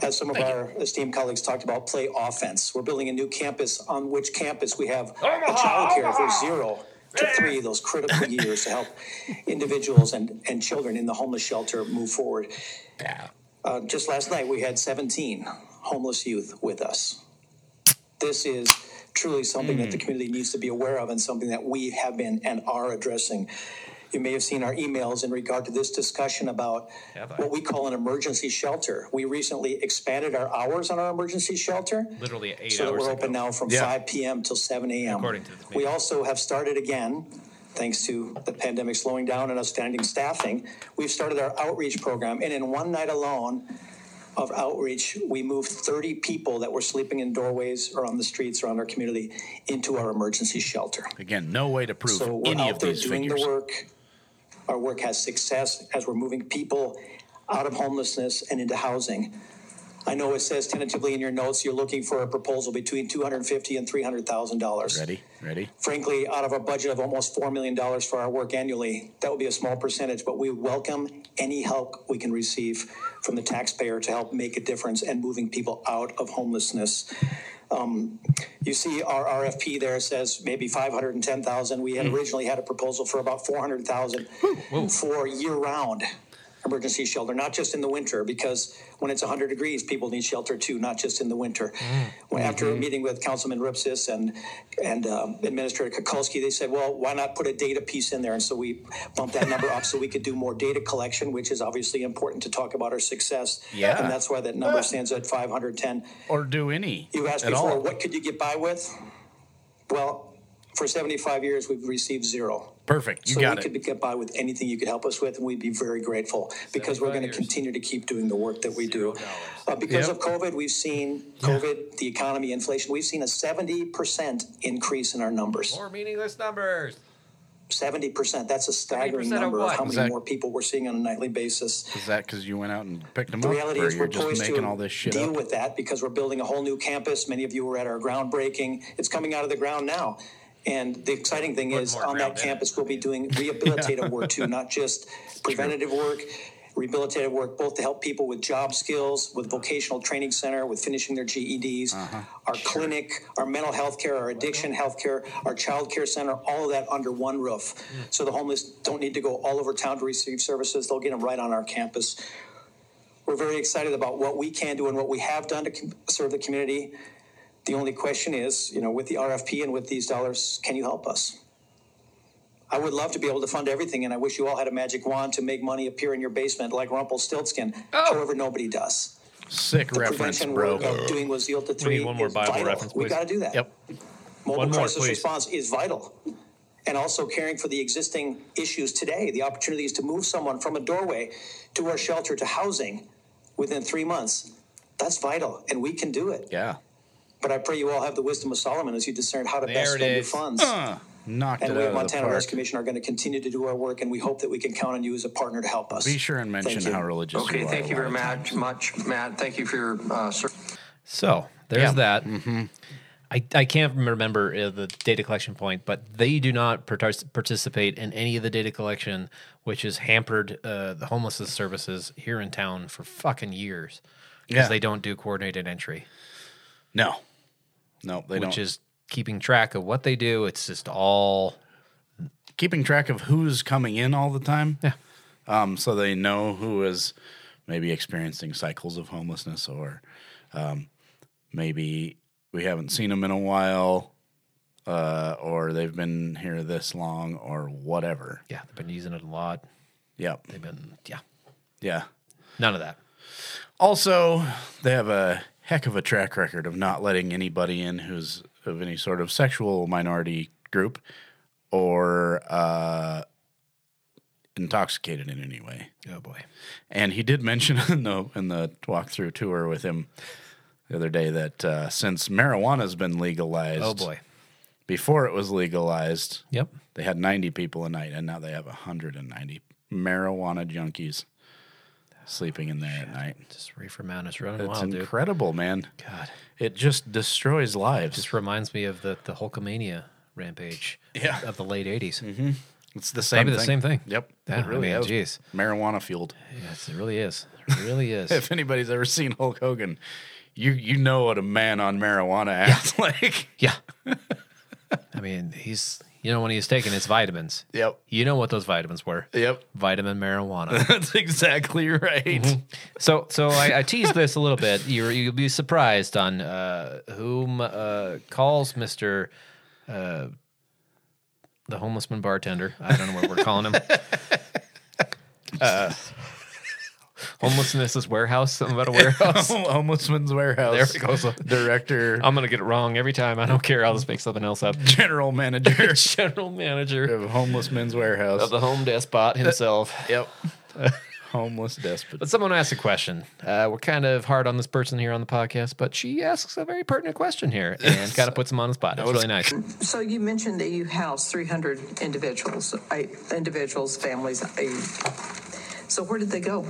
Speaker 9: as some of our esteemed colleagues talked about, play offense. We're building a new campus on which campus we have the childcare for zero to three, those critical years to help individuals and, and children in the homeless shelter move forward. Uh, just last night, we had 17 homeless youth with us. This is truly something that the
Speaker 1: Hmm.
Speaker 9: community needs to be aware of and something that we have been and are addressing. You may have seen our emails in regard to this discussion about
Speaker 1: Have I?
Speaker 9: what we call an emergency shelter. We recently expanded our hours on our emergency shelter.
Speaker 1: Literally eight
Speaker 9: so that
Speaker 1: hours
Speaker 9: we're
Speaker 1: ago.
Speaker 9: open now from
Speaker 2: Yeah.
Speaker 9: 5 p.m. till 7 a.m.
Speaker 1: According to the
Speaker 9: we
Speaker 1: meeting.
Speaker 9: also have started again, thanks to the pandemic slowing down and outstanding staffing, we've started our outreach program. And in one night alone of outreach, we moved 30 people that were sleeping in doorways or on the streets around our community into our emergency shelter.
Speaker 2: Again, no way to prove
Speaker 9: So we're
Speaker 2: any
Speaker 9: out
Speaker 2: of
Speaker 9: there
Speaker 2: these
Speaker 9: doing
Speaker 2: figures.
Speaker 9: the work. Our work has success as we're moving people out of homelessness and into housing. I know it says tentatively in your notes you're looking for a proposal between two hundred fifty and three hundred thousand dollars.
Speaker 2: Ready? Ready?
Speaker 9: Frankly, out of a budget of almost four million dollars for our work annually, that would be a small percentage. But we welcome any help we can receive from the taxpayer to help make a difference and moving people out of homelessness. Um, you see, our RFP there says maybe five hundred and ten thousand. We had originally had a proposal for about four hundred thousand for year round emergency shelter, not just in the winter, because when it's 100 degrees, people need shelter too, not just in the winter.
Speaker 2: Mm-hmm.
Speaker 9: When, after a meeting with Councilman Ripsis and and um, Administrator Kukulski, they said, well, why not put a data piece in there? And so we bumped that number up so we could do more data collection, which is obviously important to talk about our success.
Speaker 2: Yeah.
Speaker 9: And that's why that number stands at 510.
Speaker 2: Or do any
Speaker 9: You asked
Speaker 2: at
Speaker 9: before,
Speaker 2: all?
Speaker 9: what could you get by with? Well, for 75 years, we've received zero.
Speaker 2: Perfect. You
Speaker 9: So
Speaker 2: got
Speaker 9: we
Speaker 2: it.
Speaker 9: could get by with anything you could help us with, and we'd be very grateful because we're going to continue to keep doing the work that we do. Uh, because
Speaker 2: Yep.
Speaker 9: of COVID, we've seen COVID, the economy, inflation. We've seen a seventy percent increase in our numbers.
Speaker 1: More meaningless numbers.
Speaker 9: Seventy percent. That's a staggering
Speaker 1: 70% of
Speaker 9: number of
Speaker 1: what?
Speaker 9: how many
Speaker 2: Is that-
Speaker 9: more people we're seeing on a nightly basis.
Speaker 2: Is that because you went out and picked them
Speaker 9: The
Speaker 2: up,
Speaker 9: reality
Speaker 2: or
Speaker 9: is
Speaker 2: you're
Speaker 9: we're
Speaker 2: just
Speaker 9: poised
Speaker 2: making
Speaker 9: to
Speaker 2: all this shit
Speaker 9: deal
Speaker 2: up?
Speaker 9: with that because we're building a whole new campus. Many of you were at our groundbreaking. It's coming out of the ground now. And the exciting thing is
Speaker 1: more
Speaker 9: on
Speaker 1: ground
Speaker 9: that
Speaker 1: in it.
Speaker 9: campus, we'll be doing rehabilitative work too, not just preventative work, rehabilitative work, both to help people with job skills, with vocational training center, with finishing their GEDs,
Speaker 2: Uh-huh.
Speaker 9: our clinic, our mental health care, our addiction health care, our child care center, all of that under one roof.
Speaker 1: Mm.
Speaker 9: So the homeless don't need to go all over town to receive services. They'll get them right on our campus we're very excited about what we can do and what we have done to com- serve the community. The only question is, you know, with the RFP and with these dollars, can you help us? I would love to be able to fund everything, and I wish you all had a magic wand to make money appear in your basement like Rumpelstiltskin. However, nobody does.
Speaker 2: Sick reference,
Speaker 9: Prevention
Speaker 2: bro.
Speaker 9: work of doing with zeal to three.
Speaker 1: one more
Speaker 9: is
Speaker 1: Bible
Speaker 9: vital.
Speaker 1: reference,
Speaker 9: We
Speaker 1: please.
Speaker 9: got to do that.
Speaker 2: Yep.
Speaker 9: Mobile
Speaker 1: One more,
Speaker 9: crisis
Speaker 1: please.
Speaker 9: response is vital. And also caring for the existing issues today, the opportunities to move someone from a doorway to our shelter to housing within three months. That's vital, and we can do it.
Speaker 2: Yeah.
Speaker 9: But I pray you all have the wisdom of Solomon as you discern how to best
Speaker 1: it
Speaker 9: spend your
Speaker 1: is.
Speaker 9: funds.
Speaker 2: Uh, knocked
Speaker 9: and
Speaker 2: it
Speaker 9: we
Speaker 2: out
Speaker 9: at
Speaker 2: of
Speaker 9: Montana
Speaker 2: the
Speaker 9: Rescue
Speaker 2: park.
Speaker 9: Commission are going to continue to do our work, and we hope that we can count on you as a partner to help us.
Speaker 2: Be sure and mention
Speaker 9: Thank you.
Speaker 2: how religious you
Speaker 4: Okay,
Speaker 2: are.
Speaker 4: thank
Speaker 2: a
Speaker 4: you
Speaker 2: lot
Speaker 4: very
Speaker 2: of times.
Speaker 4: much, much, Matt. Thank you for your uh, ser-
Speaker 1: So there's
Speaker 2: Yeah. Mm-hmm.
Speaker 1: that. I, I can't remember uh, the data collection point, but they do not partic- participate in any of the data collection, which has hampered uh, the homelessness services here in town for fucking years because
Speaker 2: Yeah.
Speaker 1: they don't do coordinated entry,
Speaker 2: No. No, they
Speaker 1: which
Speaker 2: don't.
Speaker 1: is keeping track of what they do. It's just all
Speaker 2: keeping track of who's coming in all the time.
Speaker 1: Yeah.
Speaker 2: Um, so they know who is maybe experiencing cycles of homelessness or um, maybe we haven't seen them in a while uh, or they've been here this long or whatever.
Speaker 1: yeah. They've been using it a lot.
Speaker 2: Yep.
Speaker 1: They've been yeah.
Speaker 2: Yeah.
Speaker 1: None of that.
Speaker 2: Also, they have a heck of a track record of not letting anybody in who's of any sort of sexual minority group or uh, intoxicated in any way.
Speaker 1: Oh boy.
Speaker 2: And he did mention in the in the walkthrough tour with him the other day that uh, since marijuana's been legalized,
Speaker 1: Oh boy.
Speaker 2: before it was legalized,
Speaker 1: Yep.
Speaker 2: they had 90 people a night, and now they have 190 marijuana junkies sleeping in there at night.
Speaker 1: Just reefer madness running
Speaker 2: It's
Speaker 1: wild, dude.
Speaker 2: incredible, man.
Speaker 1: God.
Speaker 2: It just destroys lives.
Speaker 1: Just reminds me of the the Hulkamania rampage
Speaker 2: Yeah. Mm-hmm.
Speaker 1: of the late 80s.
Speaker 2: it's the same.
Speaker 1: Probably the
Speaker 2: thing.
Speaker 1: same thing.
Speaker 2: Yep.
Speaker 1: Yeah, I mean, jeez.
Speaker 2: Marijuana fueled.
Speaker 1: Yes, it really is. It really is.
Speaker 2: If anybody's ever seen Hulk Hogan, you you know what a man on marijuana acts like.
Speaker 1: yeah. I mean, he's You know when he was taking his vitamins.
Speaker 2: Yep.
Speaker 1: You know what those vitamins were.
Speaker 2: Yep.
Speaker 1: Vitamin marijuana. Mm-hmm.
Speaker 2: That's exactly right.
Speaker 1: So, so I, I teased this a little bit. You're, you'll be surprised on uh, whom uh, calls Mister uh, the homeless man bartender. I don't know what we're calling him. Uh, homelessness is warehouse. Something about a warehouse.
Speaker 2: Homelessman's Warehouse.
Speaker 1: There we go.
Speaker 2: Director,
Speaker 1: I'm gonna get it wrong every time. I don't care. I'll just make something else up.
Speaker 2: general manager
Speaker 1: General manager
Speaker 2: of Homeless Men's
Speaker 1: of
Speaker 2: Warehouse.
Speaker 1: the home despot himself.
Speaker 2: Yep. Homeless despot.
Speaker 1: But someone asked a question. Uh, we're kind of hard on this person here on the podcast, but she asks a very pertinent question here and kind of puts him on the spot. That was really nice.
Speaker 7: So you mentioned that you house 300 individuals, I, individuals, families. I, so where did they go?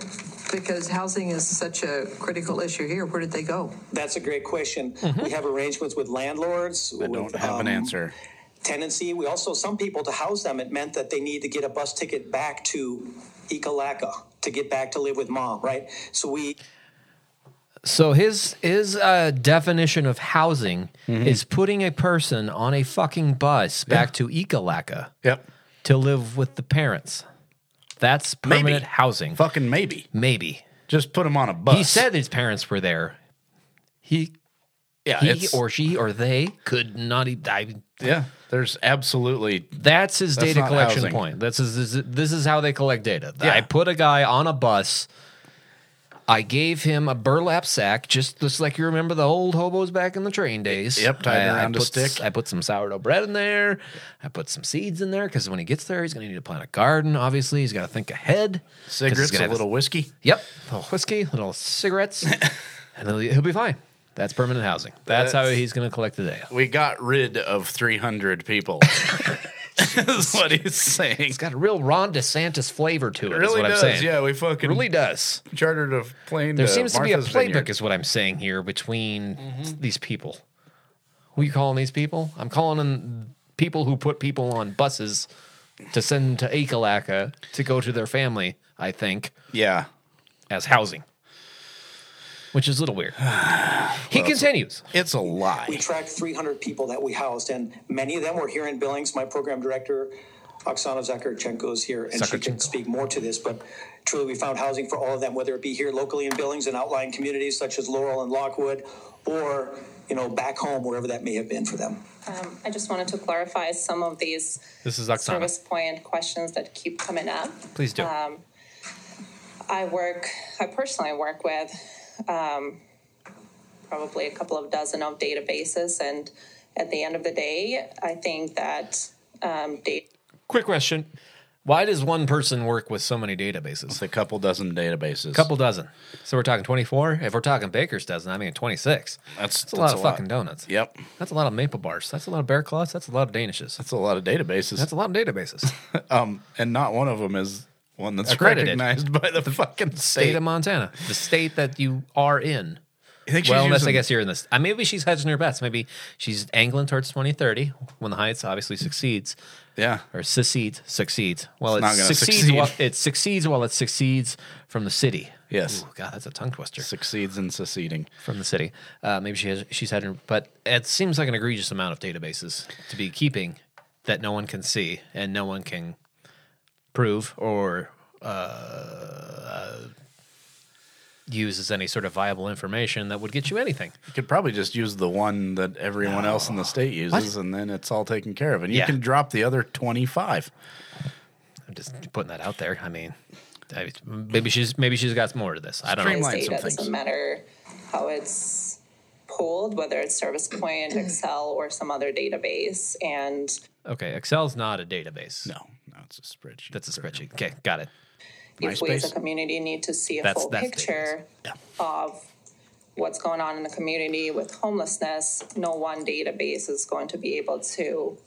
Speaker 7: Because housing is such a critical issue here. Where did they go?
Speaker 9: That's a great question. We have arrangements with landlords. um,
Speaker 2: I Mm-hmm. don't have
Speaker 1: Um,
Speaker 2: an answer.
Speaker 9: Tenancy. We also, some people to house them, it meant that they need to get a bus ticket back to Ekalaka to get back to live with mom, right? So we
Speaker 1: So his his uh, definition of housing
Speaker 2: Mm-hmm.
Speaker 1: is putting a person on a fucking bus back to Ekalaka
Speaker 2: Yep.
Speaker 1: to live with the parents. That's permanent
Speaker 2: Maybe.
Speaker 1: housing.
Speaker 2: Fucking maybe.
Speaker 1: Maybe
Speaker 2: Just put him on a bus.
Speaker 1: he said his parents were there. He
Speaker 2: yeah,
Speaker 1: he
Speaker 2: it's-
Speaker 1: or she or they could not. e- I,
Speaker 2: yeah. There's absolutely
Speaker 1: That's his
Speaker 2: That's
Speaker 1: data
Speaker 2: not
Speaker 1: collection
Speaker 2: housing.
Speaker 1: point. This is this, is- this is how they collect data.
Speaker 2: Yeah.
Speaker 1: I put a guy on a bus. I gave him a burlap sack, just just like you remember the old hobos back in the train days.
Speaker 2: Yep, tied it
Speaker 1: I- I
Speaker 2: around a
Speaker 1: put
Speaker 2: stick.
Speaker 1: s- I put some sourdough bread in there. I put some seeds in there because when he gets there, he's going to need to plant a garden. Obviously, he's got to think ahead. 'cause he's
Speaker 2: cigarettes,
Speaker 1: gonna
Speaker 2: a
Speaker 1: have his-
Speaker 2: little whiskey. Oh.
Speaker 1: Yep, little whiskey, little cigarettes, and he'll, he'll be fine. That's permanent housing. That's, how
Speaker 2: That's-
Speaker 1: he's going to collect the data.
Speaker 2: We got rid of 300 people. is what he's saying.
Speaker 1: It's got a real Ron DeSantis flavor to it.
Speaker 2: It
Speaker 1: is
Speaker 2: really
Speaker 1: what
Speaker 2: does.
Speaker 1: I'm saying.
Speaker 2: Yeah, we fucking
Speaker 1: really does.
Speaker 2: chartered a plane.
Speaker 1: There
Speaker 2: to
Speaker 1: seems to
Speaker 2: Martha's
Speaker 1: be a playbook,
Speaker 2: Vineyard. Mm-hmm.
Speaker 1: is what I'm saying here between these people. Who you calling these people? I'm calling them people who put people on buses to send to Akalaka to go to their family. I think
Speaker 2: Yeah.
Speaker 1: as housing, which is a little weird. he continues.
Speaker 2: It's a lie.
Speaker 9: we tracked 300 people that we housed, and many of them were here in Billings. My program director, Oksana Zakarchenko, is here, and she can
Speaker 1: Zakarchenko.
Speaker 9: speak more to this. But truly, we found housing for all of them, whether it be here locally in Billings and outlying communities such as Laurel and Lockwood, or you know back home wherever that may have been for them.
Speaker 10: Um, I just wanted to clarify some of these
Speaker 1: This is Oksana.
Speaker 10: service point questions that keep coming up.
Speaker 1: Please do.
Speaker 10: Um, I work, I personally work with um, probably a couple of dozen of databases, and at the end of the day, I think that um, data.
Speaker 1: Quick question: Why does one person work with so many databases?
Speaker 2: It's a couple dozen databases.
Speaker 1: couple dozen. So we're talking 24. If we're talking baker's dozen, I mean 26.
Speaker 2: That's-
Speaker 1: that's a
Speaker 2: that's
Speaker 1: lot of
Speaker 2: a lot.
Speaker 1: fucking donuts.
Speaker 2: Yep.
Speaker 1: That's a lot of maple bars. That's a lot of bear claws. That's a lot of danishes.
Speaker 2: That's a lot of databases.
Speaker 1: That's a lot of databases.
Speaker 2: um, and not one of them is one that's
Speaker 1: Accredited.
Speaker 2: recognized by the, fucking state.
Speaker 1: State of Montana, the state that you are in.
Speaker 2: I think she's
Speaker 1: Well, unless I
Speaker 2: using-
Speaker 1: guess you're in this. Uh, maybe she's hedging her bets. Maybe she's angling towards 2030 when the Heights obviously succeeds
Speaker 2: Yeah.
Speaker 1: or succeeds succeeds. Well,
Speaker 2: It's not
Speaker 1: it
Speaker 2: gonna
Speaker 1: succeeds.
Speaker 2: succeed.
Speaker 1: While, it succeeds while it succeeds from the city.
Speaker 2: Yes.
Speaker 1: Ooh, God, that's a tongue twister.
Speaker 2: Succeeds in seceding.
Speaker 1: from the city. Uh, maybe she has, she's had, her- but it seems like an egregious amount of databases to be keeping that no one can see and no one can prove or uh, use as any sort of viable information that would get you anything.
Speaker 2: You could probably just use the one that everyone else in the state uses, and then it's all taken care of. And you
Speaker 1: Yeah.
Speaker 2: can drop the other 25.
Speaker 1: I'm just putting that out there. I mean, I, maybe she's maybe she's got more to this. I don't know.
Speaker 2: Streamline
Speaker 10: data.
Speaker 2: some
Speaker 10: It
Speaker 2: things.
Speaker 10: doesn't matter how it's pulled, whether it's Service Point, Excel, or some other database. And
Speaker 1: Okay, Excel's not a database.
Speaker 2: No, no, it's a spreadsheet.
Speaker 1: that's a spreadsheet. Okay, got it.
Speaker 10: if we as
Speaker 2: MySpace?
Speaker 10: a community need to see a
Speaker 1: That's-
Speaker 10: full
Speaker 1: that's
Speaker 10: picture of what's going on in the community with homelessness, no one database is going to be able to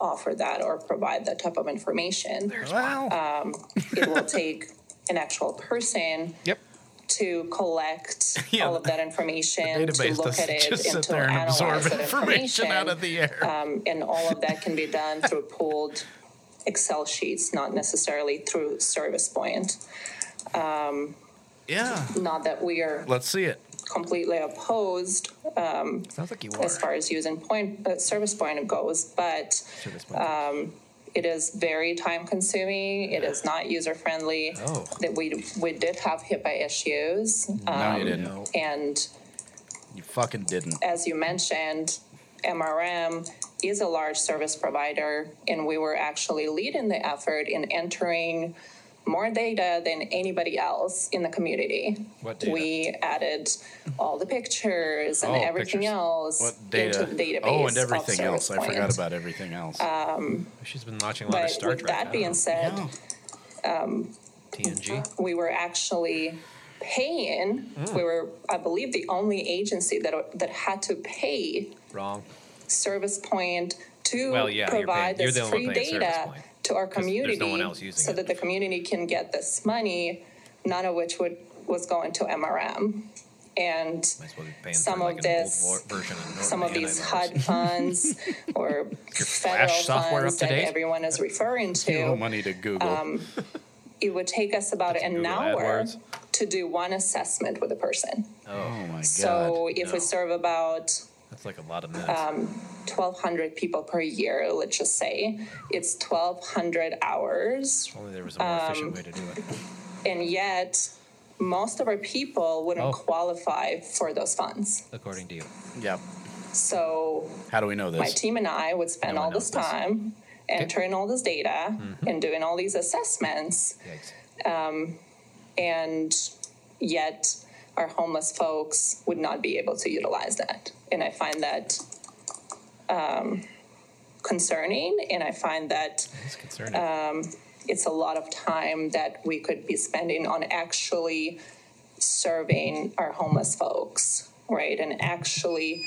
Speaker 10: offer that or provide that type of information. um,
Speaker 2: Well,
Speaker 10: It will take an actual person
Speaker 1: Yep.
Speaker 10: to collect
Speaker 2: Yeah,
Speaker 10: all of that information, to
Speaker 2: database
Speaker 10: look at
Speaker 2: doesn't
Speaker 10: it,
Speaker 2: just
Speaker 10: and
Speaker 2: sit
Speaker 10: to
Speaker 2: there and
Speaker 10: analyze
Speaker 2: absorb
Speaker 10: that
Speaker 2: information out of the air.
Speaker 10: um, and all of that can be done through pulled Excel sheets, not necessarily through Service Point. Um,
Speaker 2: yeah.
Speaker 10: Not that we are
Speaker 2: Let's see it.
Speaker 10: completely opposed um,
Speaker 1: Sounds like you
Speaker 10: as far as using point uh, service point goes, but um, it is very time consuming. It is not user friendly.
Speaker 1: Oh.
Speaker 10: That we we did have HIPAA issues. um,
Speaker 2: No, you didn't.
Speaker 10: And
Speaker 2: You fucking didn't.
Speaker 10: as you mentioned, MRM is a large service provider, and we were actually leading the effort in entering more data than anybody else in the community.
Speaker 1: What data?
Speaker 10: We added all the pictures and
Speaker 2: Oh,
Speaker 10: everything
Speaker 2: pictures.
Speaker 10: else
Speaker 2: What
Speaker 10: into the
Speaker 2: data?
Speaker 10: database.
Speaker 2: Oh, and
Speaker 10: of
Speaker 2: everything else. I
Speaker 10: ServicePoint.
Speaker 2: forgot about everything else.
Speaker 10: Uh,
Speaker 1: Oh, She's been watching a lot of
Speaker 10: But
Speaker 1: Star
Speaker 10: with
Speaker 1: Trek.
Speaker 10: that
Speaker 1: now.
Speaker 2: Oh,
Speaker 10: being said, um, uh,
Speaker 1: TNG.
Speaker 10: we were actually paying.
Speaker 2: Mm.
Speaker 10: We were, I believe, the only agency that that had to pay
Speaker 1: Wrong.
Speaker 10: service point to
Speaker 1: Well, yeah, you're
Speaker 10: provide
Speaker 1: paying- you're
Speaker 10: this
Speaker 1: the
Speaker 10: free
Speaker 1: one paying Service
Speaker 10: data
Speaker 1: Point,
Speaker 10: to our
Speaker 1: 'cause there's
Speaker 10: community
Speaker 1: no one else using
Speaker 10: so
Speaker 1: it.
Speaker 10: that the community can get this money, none of which would was going to MRM. And
Speaker 1: Might as well be paying
Speaker 10: Some
Speaker 1: for
Speaker 10: of
Speaker 1: like an
Speaker 10: this-
Speaker 1: old vo- version of Norton
Speaker 10: some of these
Speaker 1: antivirus.
Speaker 10: HUD funds or federal
Speaker 1: Flash software
Speaker 10: funds
Speaker 1: up to
Speaker 10: that
Speaker 1: date?
Speaker 10: everyone Um, is referring
Speaker 2: No
Speaker 10: to,
Speaker 2: money to Google.
Speaker 10: it would take us about
Speaker 1: That's
Speaker 10: an
Speaker 1: Google
Speaker 10: hour
Speaker 1: AdWords.
Speaker 10: to do one assessment with a person.
Speaker 2: oh my
Speaker 10: So if
Speaker 1: no.
Speaker 10: we um, serve about
Speaker 1: That's like a lot of minutes.
Speaker 10: 1,200 people per year, let's just say, it's 1,200 hours
Speaker 1: Only there was a more
Speaker 10: um,
Speaker 1: efficient way to do it.
Speaker 10: and yet most of our people wouldn't
Speaker 1: Oh.
Speaker 10: qualify for those funds.
Speaker 1: According to you,
Speaker 2: god. Yep.
Speaker 10: So
Speaker 2: How do we know
Speaker 10: my
Speaker 2: this?
Speaker 10: team and I would spend
Speaker 1: No one
Speaker 10: all this
Speaker 1: knows this.
Speaker 10: time entering all this data and doing all these assessments, Um,
Speaker 1: yikes!
Speaker 10: and yet our homeless folks would not be able to utilize that. And I find that um, concerning, and I find that
Speaker 1: It's concerning.
Speaker 10: uh, Um, it's a lot of time that we could be spending on actually serving our homeless folks, right? And actually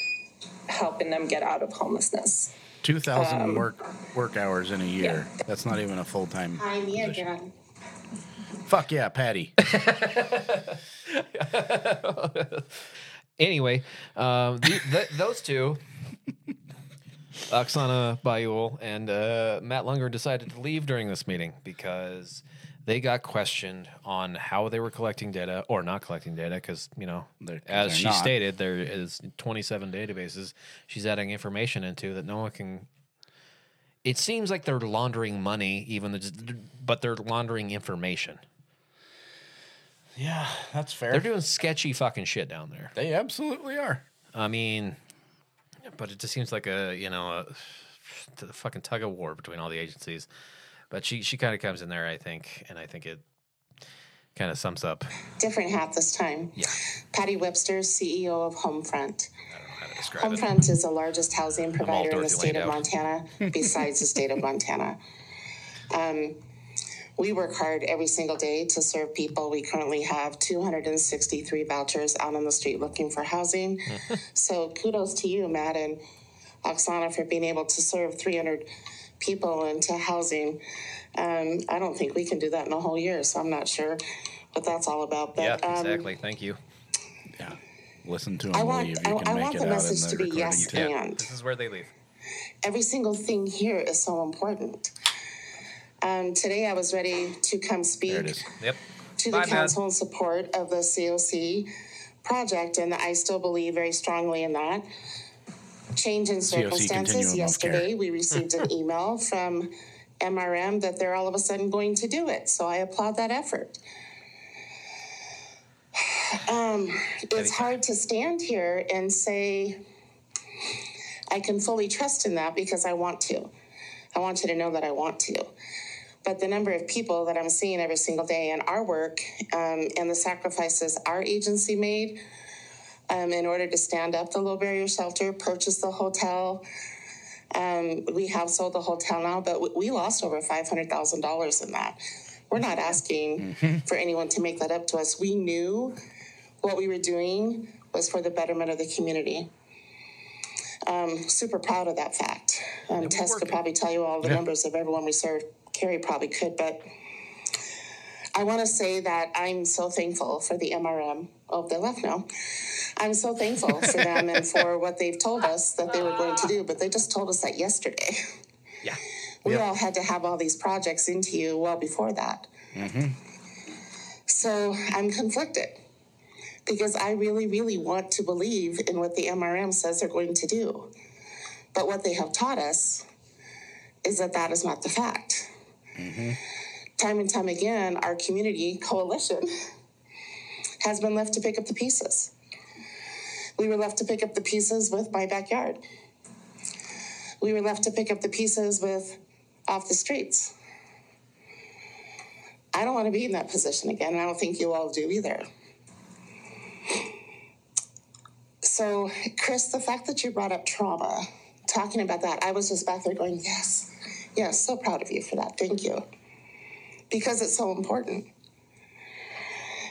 Speaker 10: helping them get out of homelessness.
Speaker 2: Two thousand work work hours in a year. That's not even a full time.
Speaker 11: I'm here, John.
Speaker 2: Fuck yeah, Patty.
Speaker 1: anyway, um, the, th those two, Oksana Bayul and uh, Matt Lunger, decided to leave during this meeting because they got questioned on how they were collecting data or not collecting data. Because you know,
Speaker 2: They're-
Speaker 1: as
Speaker 2: they're
Speaker 1: she
Speaker 2: not.
Speaker 1: stated, there is 27 databases she's adding information into that no one can. It seems like they're laundering money, even though, but they're laundering information.
Speaker 2: yeah, that's fair.
Speaker 1: They're doing sketchy fucking shit down there.
Speaker 2: they absolutely are.
Speaker 1: I mean, but it just seems like a you know a, to the fucking tug of war between all the agencies. But she she kind of comes in there, I think, and I think it kind of sums up.
Speaker 11: Different hat this time.
Speaker 1: Yeah,
Speaker 11: Patty Webster, CEO of Homefront.
Speaker 1: I don't know how to describe it.
Speaker 11: Homefront is the largest housing provider in the
Speaker 1: Dorothy
Speaker 11: state of
Speaker 1: Landau.
Speaker 11: Montana, besides the state of Montana. Um, we work hard every single day to serve people. We currently have 263 vouchers out on the street looking for housing. so kudos to you, Matt and Oksana, for being able to serve 300 people into housing. Um, I don't think we can do that in a whole year, so I'm not sure what that's all about. But
Speaker 1: Yeah,
Speaker 11: um,
Speaker 1: exactly. Thank you.
Speaker 2: Yeah. Listen to him.
Speaker 11: I
Speaker 2: will
Speaker 11: want
Speaker 2: you, if
Speaker 11: I,
Speaker 2: you can
Speaker 11: I
Speaker 2: make
Speaker 11: want
Speaker 2: it
Speaker 11: the
Speaker 2: out in
Speaker 11: message
Speaker 2: the
Speaker 11: to be
Speaker 2: recording
Speaker 11: yes
Speaker 2: tape.
Speaker 1: Yeah,
Speaker 11: and.
Speaker 1: this is where they leave.
Speaker 11: every single thing here is so important. Um, today, I was ready to come
Speaker 2: There it
Speaker 11: speak
Speaker 2: is.
Speaker 1: Yep.
Speaker 11: to the
Speaker 1: Bye, Matt.
Speaker 11: council in support of the COC project, and I still believe very strongly in that. Change in circumstances.
Speaker 2: continuum of care.
Speaker 11: Yesterday, we received an email from MRM that they're all of a sudden going to do it. So I applaud that effort. Um, it's hard to stand here and say I can fully trust in that because I want to. I want you to know that I want to. But the number of people that I'm seeing every single day in our work um, and the sacrifices our agency made um, in order to stand up the low barrier shelter, purchase the hotel. Um, we have sold the hotel now, but we- we lost over $500,000 in that. We're not asking for anyone to make that up to us. We knew what we were doing was for the betterment of the community. Um, super proud of that fact. Um, Tess could probably tell you all the numbers of everyone we served. Carrie probably could, but I want to say that I'm so thankful for the MRM. Oh, they left now. I'm so thankful for them and for what they've told us that they were going to do, but they just told us that yesterday.
Speaker 1: Yeah.
Speaker 11: We all had to have all these projects into you
Speaker 2: Mm-hmm.
Speaker 11: well before that. So I'm conflicted. because I really, really want to believe in what the MRM says they're going to do. But what they have taught us is that that is not the fact. Time and time again, our community coalition has been left to pick up the pieces. We were left to pick up the pieces with my backyard. We were left to pick up the pieces with off the streets. I don't want to be in that position again, and I don't think you all do either. So, Chris, the fact that you brought up trauma, talking about that, I was just back there going, yes, yes, so proud of you for that. Thank you. Because it's so important.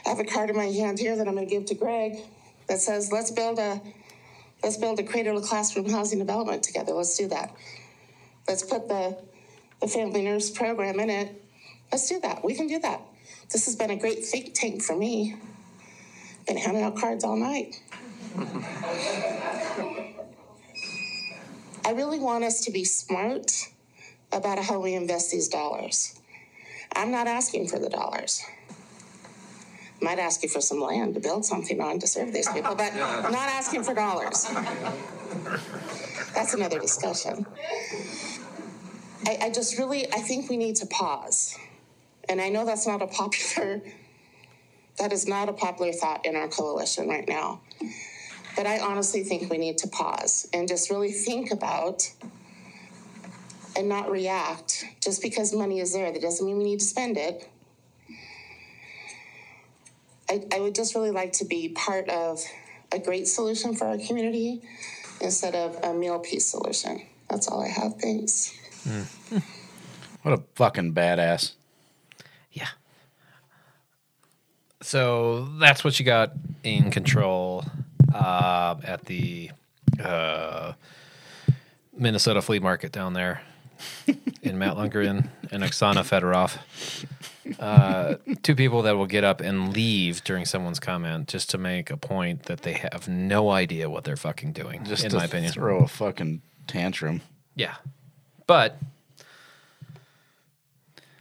Speaker 11: I have a card in my hand here that I'm going to give to Greg that says, let's build a let's build a cradle to classroom housing development together. Let's do that. Let's put the the family nurse program in it. Let's do that. We can do that. This has been a great think tank for me. Been handing out cards all night. I really want us to be smart about how we invest these dollars. I'm not asking for the dollars. Might ask you for some land to build something on to serve these people, but I'm not asking for dollars. That's another discussion. I, I just really, I think we need to pause. And I know that's not a popular, that is not a popular thought in our coalition right now. But I honestly think we need to pause and just really think about and not react. Just because money is there, that doesn't mean we need to spend it. I, I would just really like to be part of a great solution for our community instead of a meal piece solution. That's all I have. Thanks.
Speaker 1: Hmm.
Speaker 2: What a fucking badass.
Speaker 1: So that's what you got in control uh, at the uh, Minnesota flea market down there in Mount Lundgren and Oksana Fedorov. Uh, two people that will get up and leave during someone's comment just to make a point that they have no idea what they're fucking doing,
Speaker 2: Just
Speaker 1: in
Speaker 2: to
Speaker 1: my opinion.
Speaker 2: throw a fucking tantrum.
Speaker 1: Yeah. But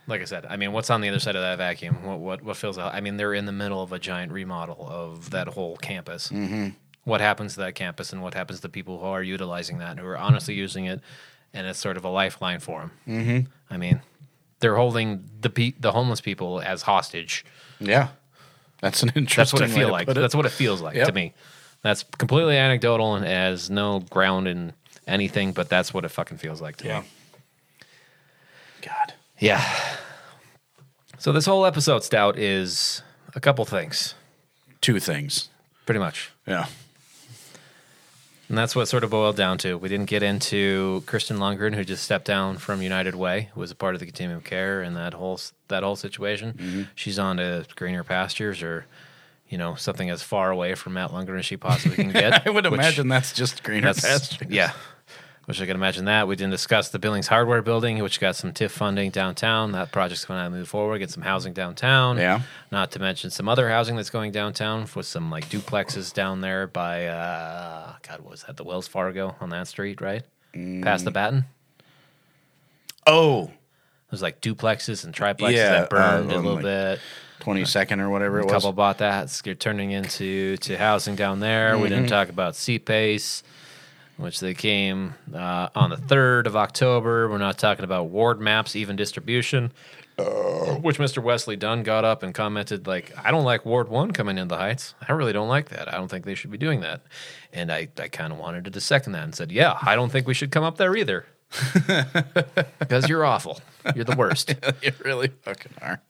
Speaker 1: like I said, I mean, what's on the other side of that vacuum? What what what fills out? I mean, they're in the middle of a giant remodel of that whole campus. Mm-hmm. What happens to that campus, and what happens to people who are utilizing that, who are honestly using it, and it's sort of a lifeline for them. Mm-hmm. I mean, they're holding the pe- the homeless people as hostage.
Speaker 2: Yeah. That's an interesting
Speaker 1: That's what it
Speaker 2: way
Speaker 1: feels
Speaker 2: to
Speaker 1: like.
Speaker 2: put it.
Speaker 1: That's what it feels like to
Speaker 2: Yep.
Speaker 1: me. That's completely anecdotal and has no ground in anything, but that's what it fucking feels like to
Speaker 2: Yeah.
Speaker 1: me.
Speaker 2: God.
Speaker 1: Yeah. So this whole episode stout is a couple things,
Speaker 2: Two things.
Speaker 1: pretty much.
Speaker 2: Yeah.
Speaker 1: And that's what sort of boiled down to. We didn't get into Kristen Lundgren, who just stepped down from United Way, who was a part of the continuum of care and that whole that whole situation.
Speaker 2: Mm-hmm.
Speaker 1: She's on to greener pastures, or you know something as far away from Matt Lundgren as she possibly can get.
Speaker 2: I would
Speaker 1: which-
Speaker 2: imagine that's just greener
Speaker 1: That's
Speaker 2: pastures.
Speaker 1: yeah. Wish I could imagine that. We didn't discuss the Billings Hardware building, which got some TIF funding downtown. That project's going to move forward, get some housing downtown.
Speaker 2: Yeah.
Speaker 1: Not to mention some other housing that's going downtown with some like duplexes down there by, uh, God, what was that? The Wells Fargo on that street, right? Past the Baton.
Speaker 2: Mm. Oh,
Speaker 1: There's like duplexes and triplexes
Speaker 2: Yeah,
Speaker 1: that burned
Speaker 2: uh,
Speaker 1: a little
Speaker 2: like-
Speaker 1: bit.
Speaker 2: 22nd or whatever it
Speaker 1: A
Speaker 2: was.
Speaker 1: couple bought that. So You're turning into to housing down there. We
Speaker 2: Mm-hmm.
Speaker 1: didn't talk about CPACE, which they came uh, on the third of October. We're not talking about ward maps, even distribution.
Speaker 2: Uh.
Speaker 1: Which Mr. Wesley Dunn got up and commented, like, I don't like Ward 1 coming into the Heights. I really don't like that. I don't think they should be doing that. And I, I kind of wanted to second that and said, Yeah, I don't think we should come up there either. Because you're awful. You're the worst.
Speaker 2: you really fucking are.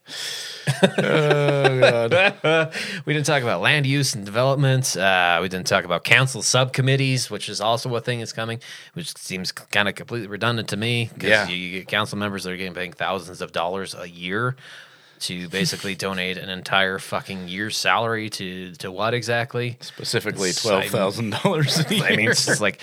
Speaker 1: Oh, We didn't talk about land use and development. Uh, we didn't talk about council subcommittees, which is also a thing that's coming, which seems kind of completely redundant to me because
Speaker 2: Yeah.
Speaker 1: you, you get council members that are getting paid thousands of dollars a year to basically donate an entire fucking year's salary to to what exactly?
Speaker 2: Specifically
Speaker 1: It's- I mean-
Speaker 2: $12,000 a year.
Speaker 1: I mean, it's just like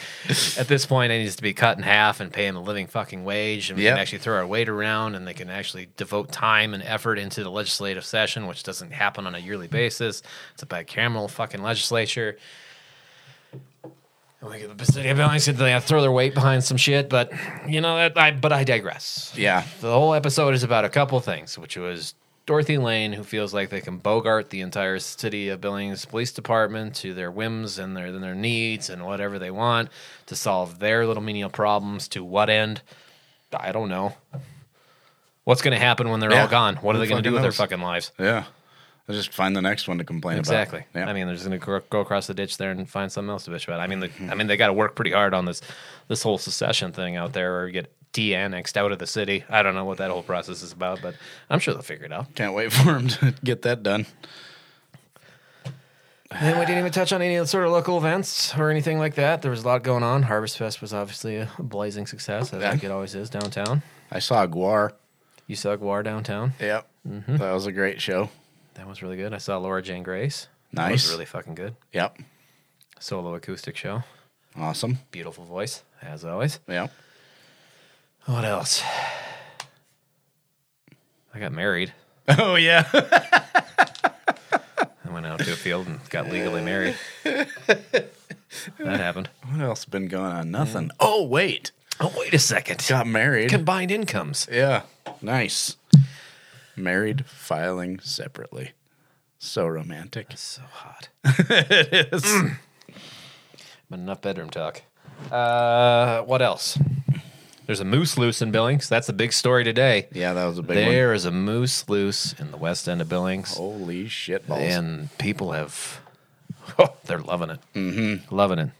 Speaker 1: at this point, it needs to be cut in half and pay him a living fucking wage, and we
Speaker 2: Yep.
Speaker 1: can actually throw our weight around, and they can actually devote time and effort into the legislative session, which doesn't happen on a yearly basis. It's a bicameral fucking legislature. And we get the city of Billings, they have to throw their weight behind some shit, but you know, that, I but I digress
Speaker 2: yeah.
Speaker 1: the whole episode is about a couple things, which was Dorothy Lane, who feels like they can bogart the entire city of Billings Police Department to their whims and their, their needs and whatever they want to solve their little menial problems. To what end? I don't know. What's going to happen when they're
Speaker 2: Yeah.
Speaker 1: all gone? What are
Speaker 2: Who
Speaker 1: they going to do
Speaker 2: fucking
Speaker 1: with their
Speaker 2: knows?
Speaker 1: fucking lives?
Speaker 2: Yeah. I'll just find the next one to complain
Speaker 1: Exactly.
Speaker 2: about. Yeah.
Speaker 1: I mean, they're just gonna go, go across the ditch there and find something else to bitch about. I mean, the, I mean, they got to work pretty hard on this this whole secession thing out there, or get de-annexed out of the city. I don't know what that whole process is about, but I'm sure they'll figure it out.
Speaker 2: Can't wait for him to get that done.
Speaker 1: And we didn't even touch on any of the sort of local events or anything like that. There was a lot going on. Harvest Fest was obviously a blazing success, I think it always is downtown.
Speaker 2: I saw Guar.
Speaker 1: You saw Guar downtown. Mm-hmm.
Speaker 2: Yep. That was a great show.
Speaker 1: That was really good. I saw Laura Jane Grace. That
Speaker 2: Nice.
Speaker 1: was really fucking good.
Speaker 2: Yep.
Speaker 1: Solo acoustic show.
Speaker 2: Awesome.
Speaker 1: Beautiful voice, as always.
Speaker 2: Yep.
Speaker 1: What else? I got married.
Speaker 2: Oh yeah.
Speaker 1: I went out to a field and got legally married. That happened.
Speaker 2: what else has been going on? Nothing. Oh wait.
Speaker 1: Oh, wait a second.
Speaker 2: Got married.
Speaker 1: Combined incomes.
Speaker 2: yeah. Nice. Married filing separately. So romantic.
Speaker 1: So hot. Mm. But enough bedroom talk. Uh, what else? There's a moose loose in Billings. That's the big story today.
Speaker 2: Yeah, that was a big
Speaker 1: There is a moose loose in the west end of Billings.
Speaker 2: one. Holy shit balls.
Speaker 1: And people have, they're loving it. Mm-hmm. Loving it.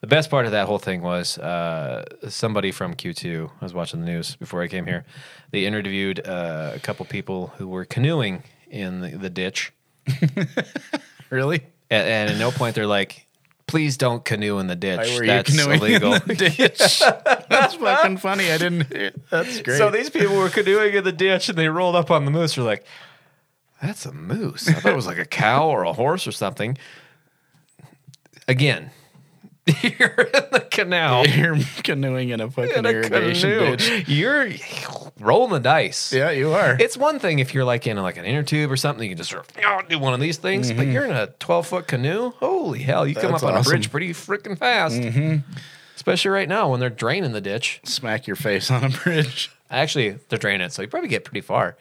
Speaker 1: The best part of that whole thing was uh, somebody from Q2, I was watching the news before I came here. They interviewed uh, a couple people who were canoeing in the, the ditch.
Speaker 2: Really?
Speaker 1: And, and at no point they're like, please don't canoe in the ditch.
Speaker 2: Why were
Speaker 1: That's
Speaker 2: you canoeing
Speaker 1: illegal.
Speaker 2: in the ditch? That's fucking funny. I didn't. hear- That's great.
Speaker 1: So these people were canoeing in the ditch and they rolled up on the moose. They're like, that's a moose. I thought it was like a cow or a horse or something. Again, you're in the canal.
Speaker 2: you're canoeing in a fucking
Speaker 1: In a
Speaker 2: irrigation
Speaker 1: canoe.
Speaker 2: ditch.
Speaker 1: You're rolling the dice.
Speaker 2: Yeah, you are.
Speaker 1: It's one thing if you're like in like an inner tube or something, you can just sort of, "Yow," do one of these things, but you're in a 12 foot canoe. Holy hell, you come up
Speaker 2: Mm-hmm.
Speaker 1: on
Speaker 2: That's
Speaker 1: a bridge
Speaker 2: awesome.
Speaker 1: pretty freaking
Speaker 2: Mm-hmm.
Speaker 1: fast. Especially right now when they're draining the ditch.
Speaker 2: Smack your face on a bridge.
Speaker 1: Actually, they're draining it, so you probably get pretty far.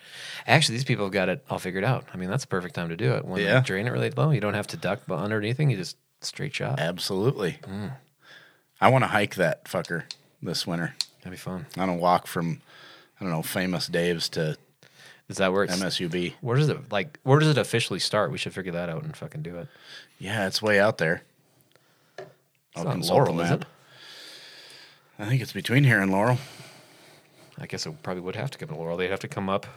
Speaker 1: Actually, these people have got it all figured out. I mean, that's the perfect time to do it. When
Speaker 2: Yeah.
Speaker 1: you drain it really low, you don't have to duck bu- under anything. You just straight shot.
Speaker 2: Absolutely.
Speaker 1: Mm.
Speaker 2: I want to hike that fucker this winter.
Speaker 1: That'd be fun.
Speaker 2: On a walk from, I don't know, famous Dave's to
Speaker 1: Is that where it's?
Speaker 2: MSUB.
Speaker 1: Where does it like? Where does it officially start? We should figure that out and fucking do it.
Speaker 2: Yeah, it's way out there.
Speaker 1: It's
Speaker 2: I'll
Speaker 1: not
Speaker 2: consult
Speaker 1: Laurel,
Speaker 2: the
Speaker 1: is
Speaker 2: map.
Speaker 1: it?
Speaker 2: I think it's between here and Laurel.
Speaker 1: I guess it probably would have to come to Laurel. They'd have to come up.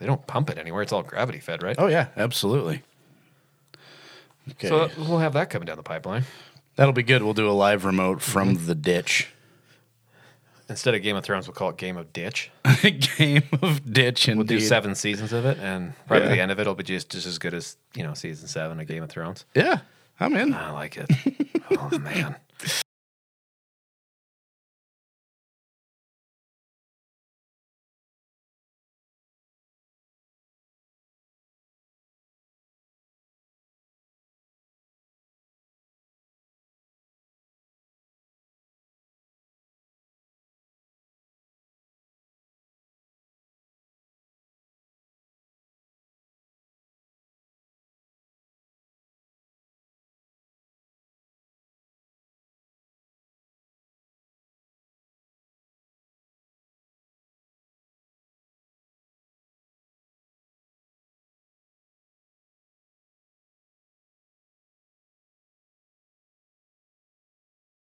Speaker 1: They don't pump it anywhere. It's all gravity fed, right?
Speaker 2: Oh yeah, absolutely. Okay,
Speaker 1: So we'll have that coming down the pipeline
Speaker 2: that'll be good. We'll do a live remote from the ditch.
Speaker 1: instead of Game of Thrones. We'll call it Game of Ditch.
Speaker 2: Game of ditch and
Speaker 1: We'll do seven seasons of it, and probably the end of it will be just, just as good as you know season seven of Game of Thrones.
Speaker 2: Yeah, I'm in.
Speaker 1: I like it. oh man,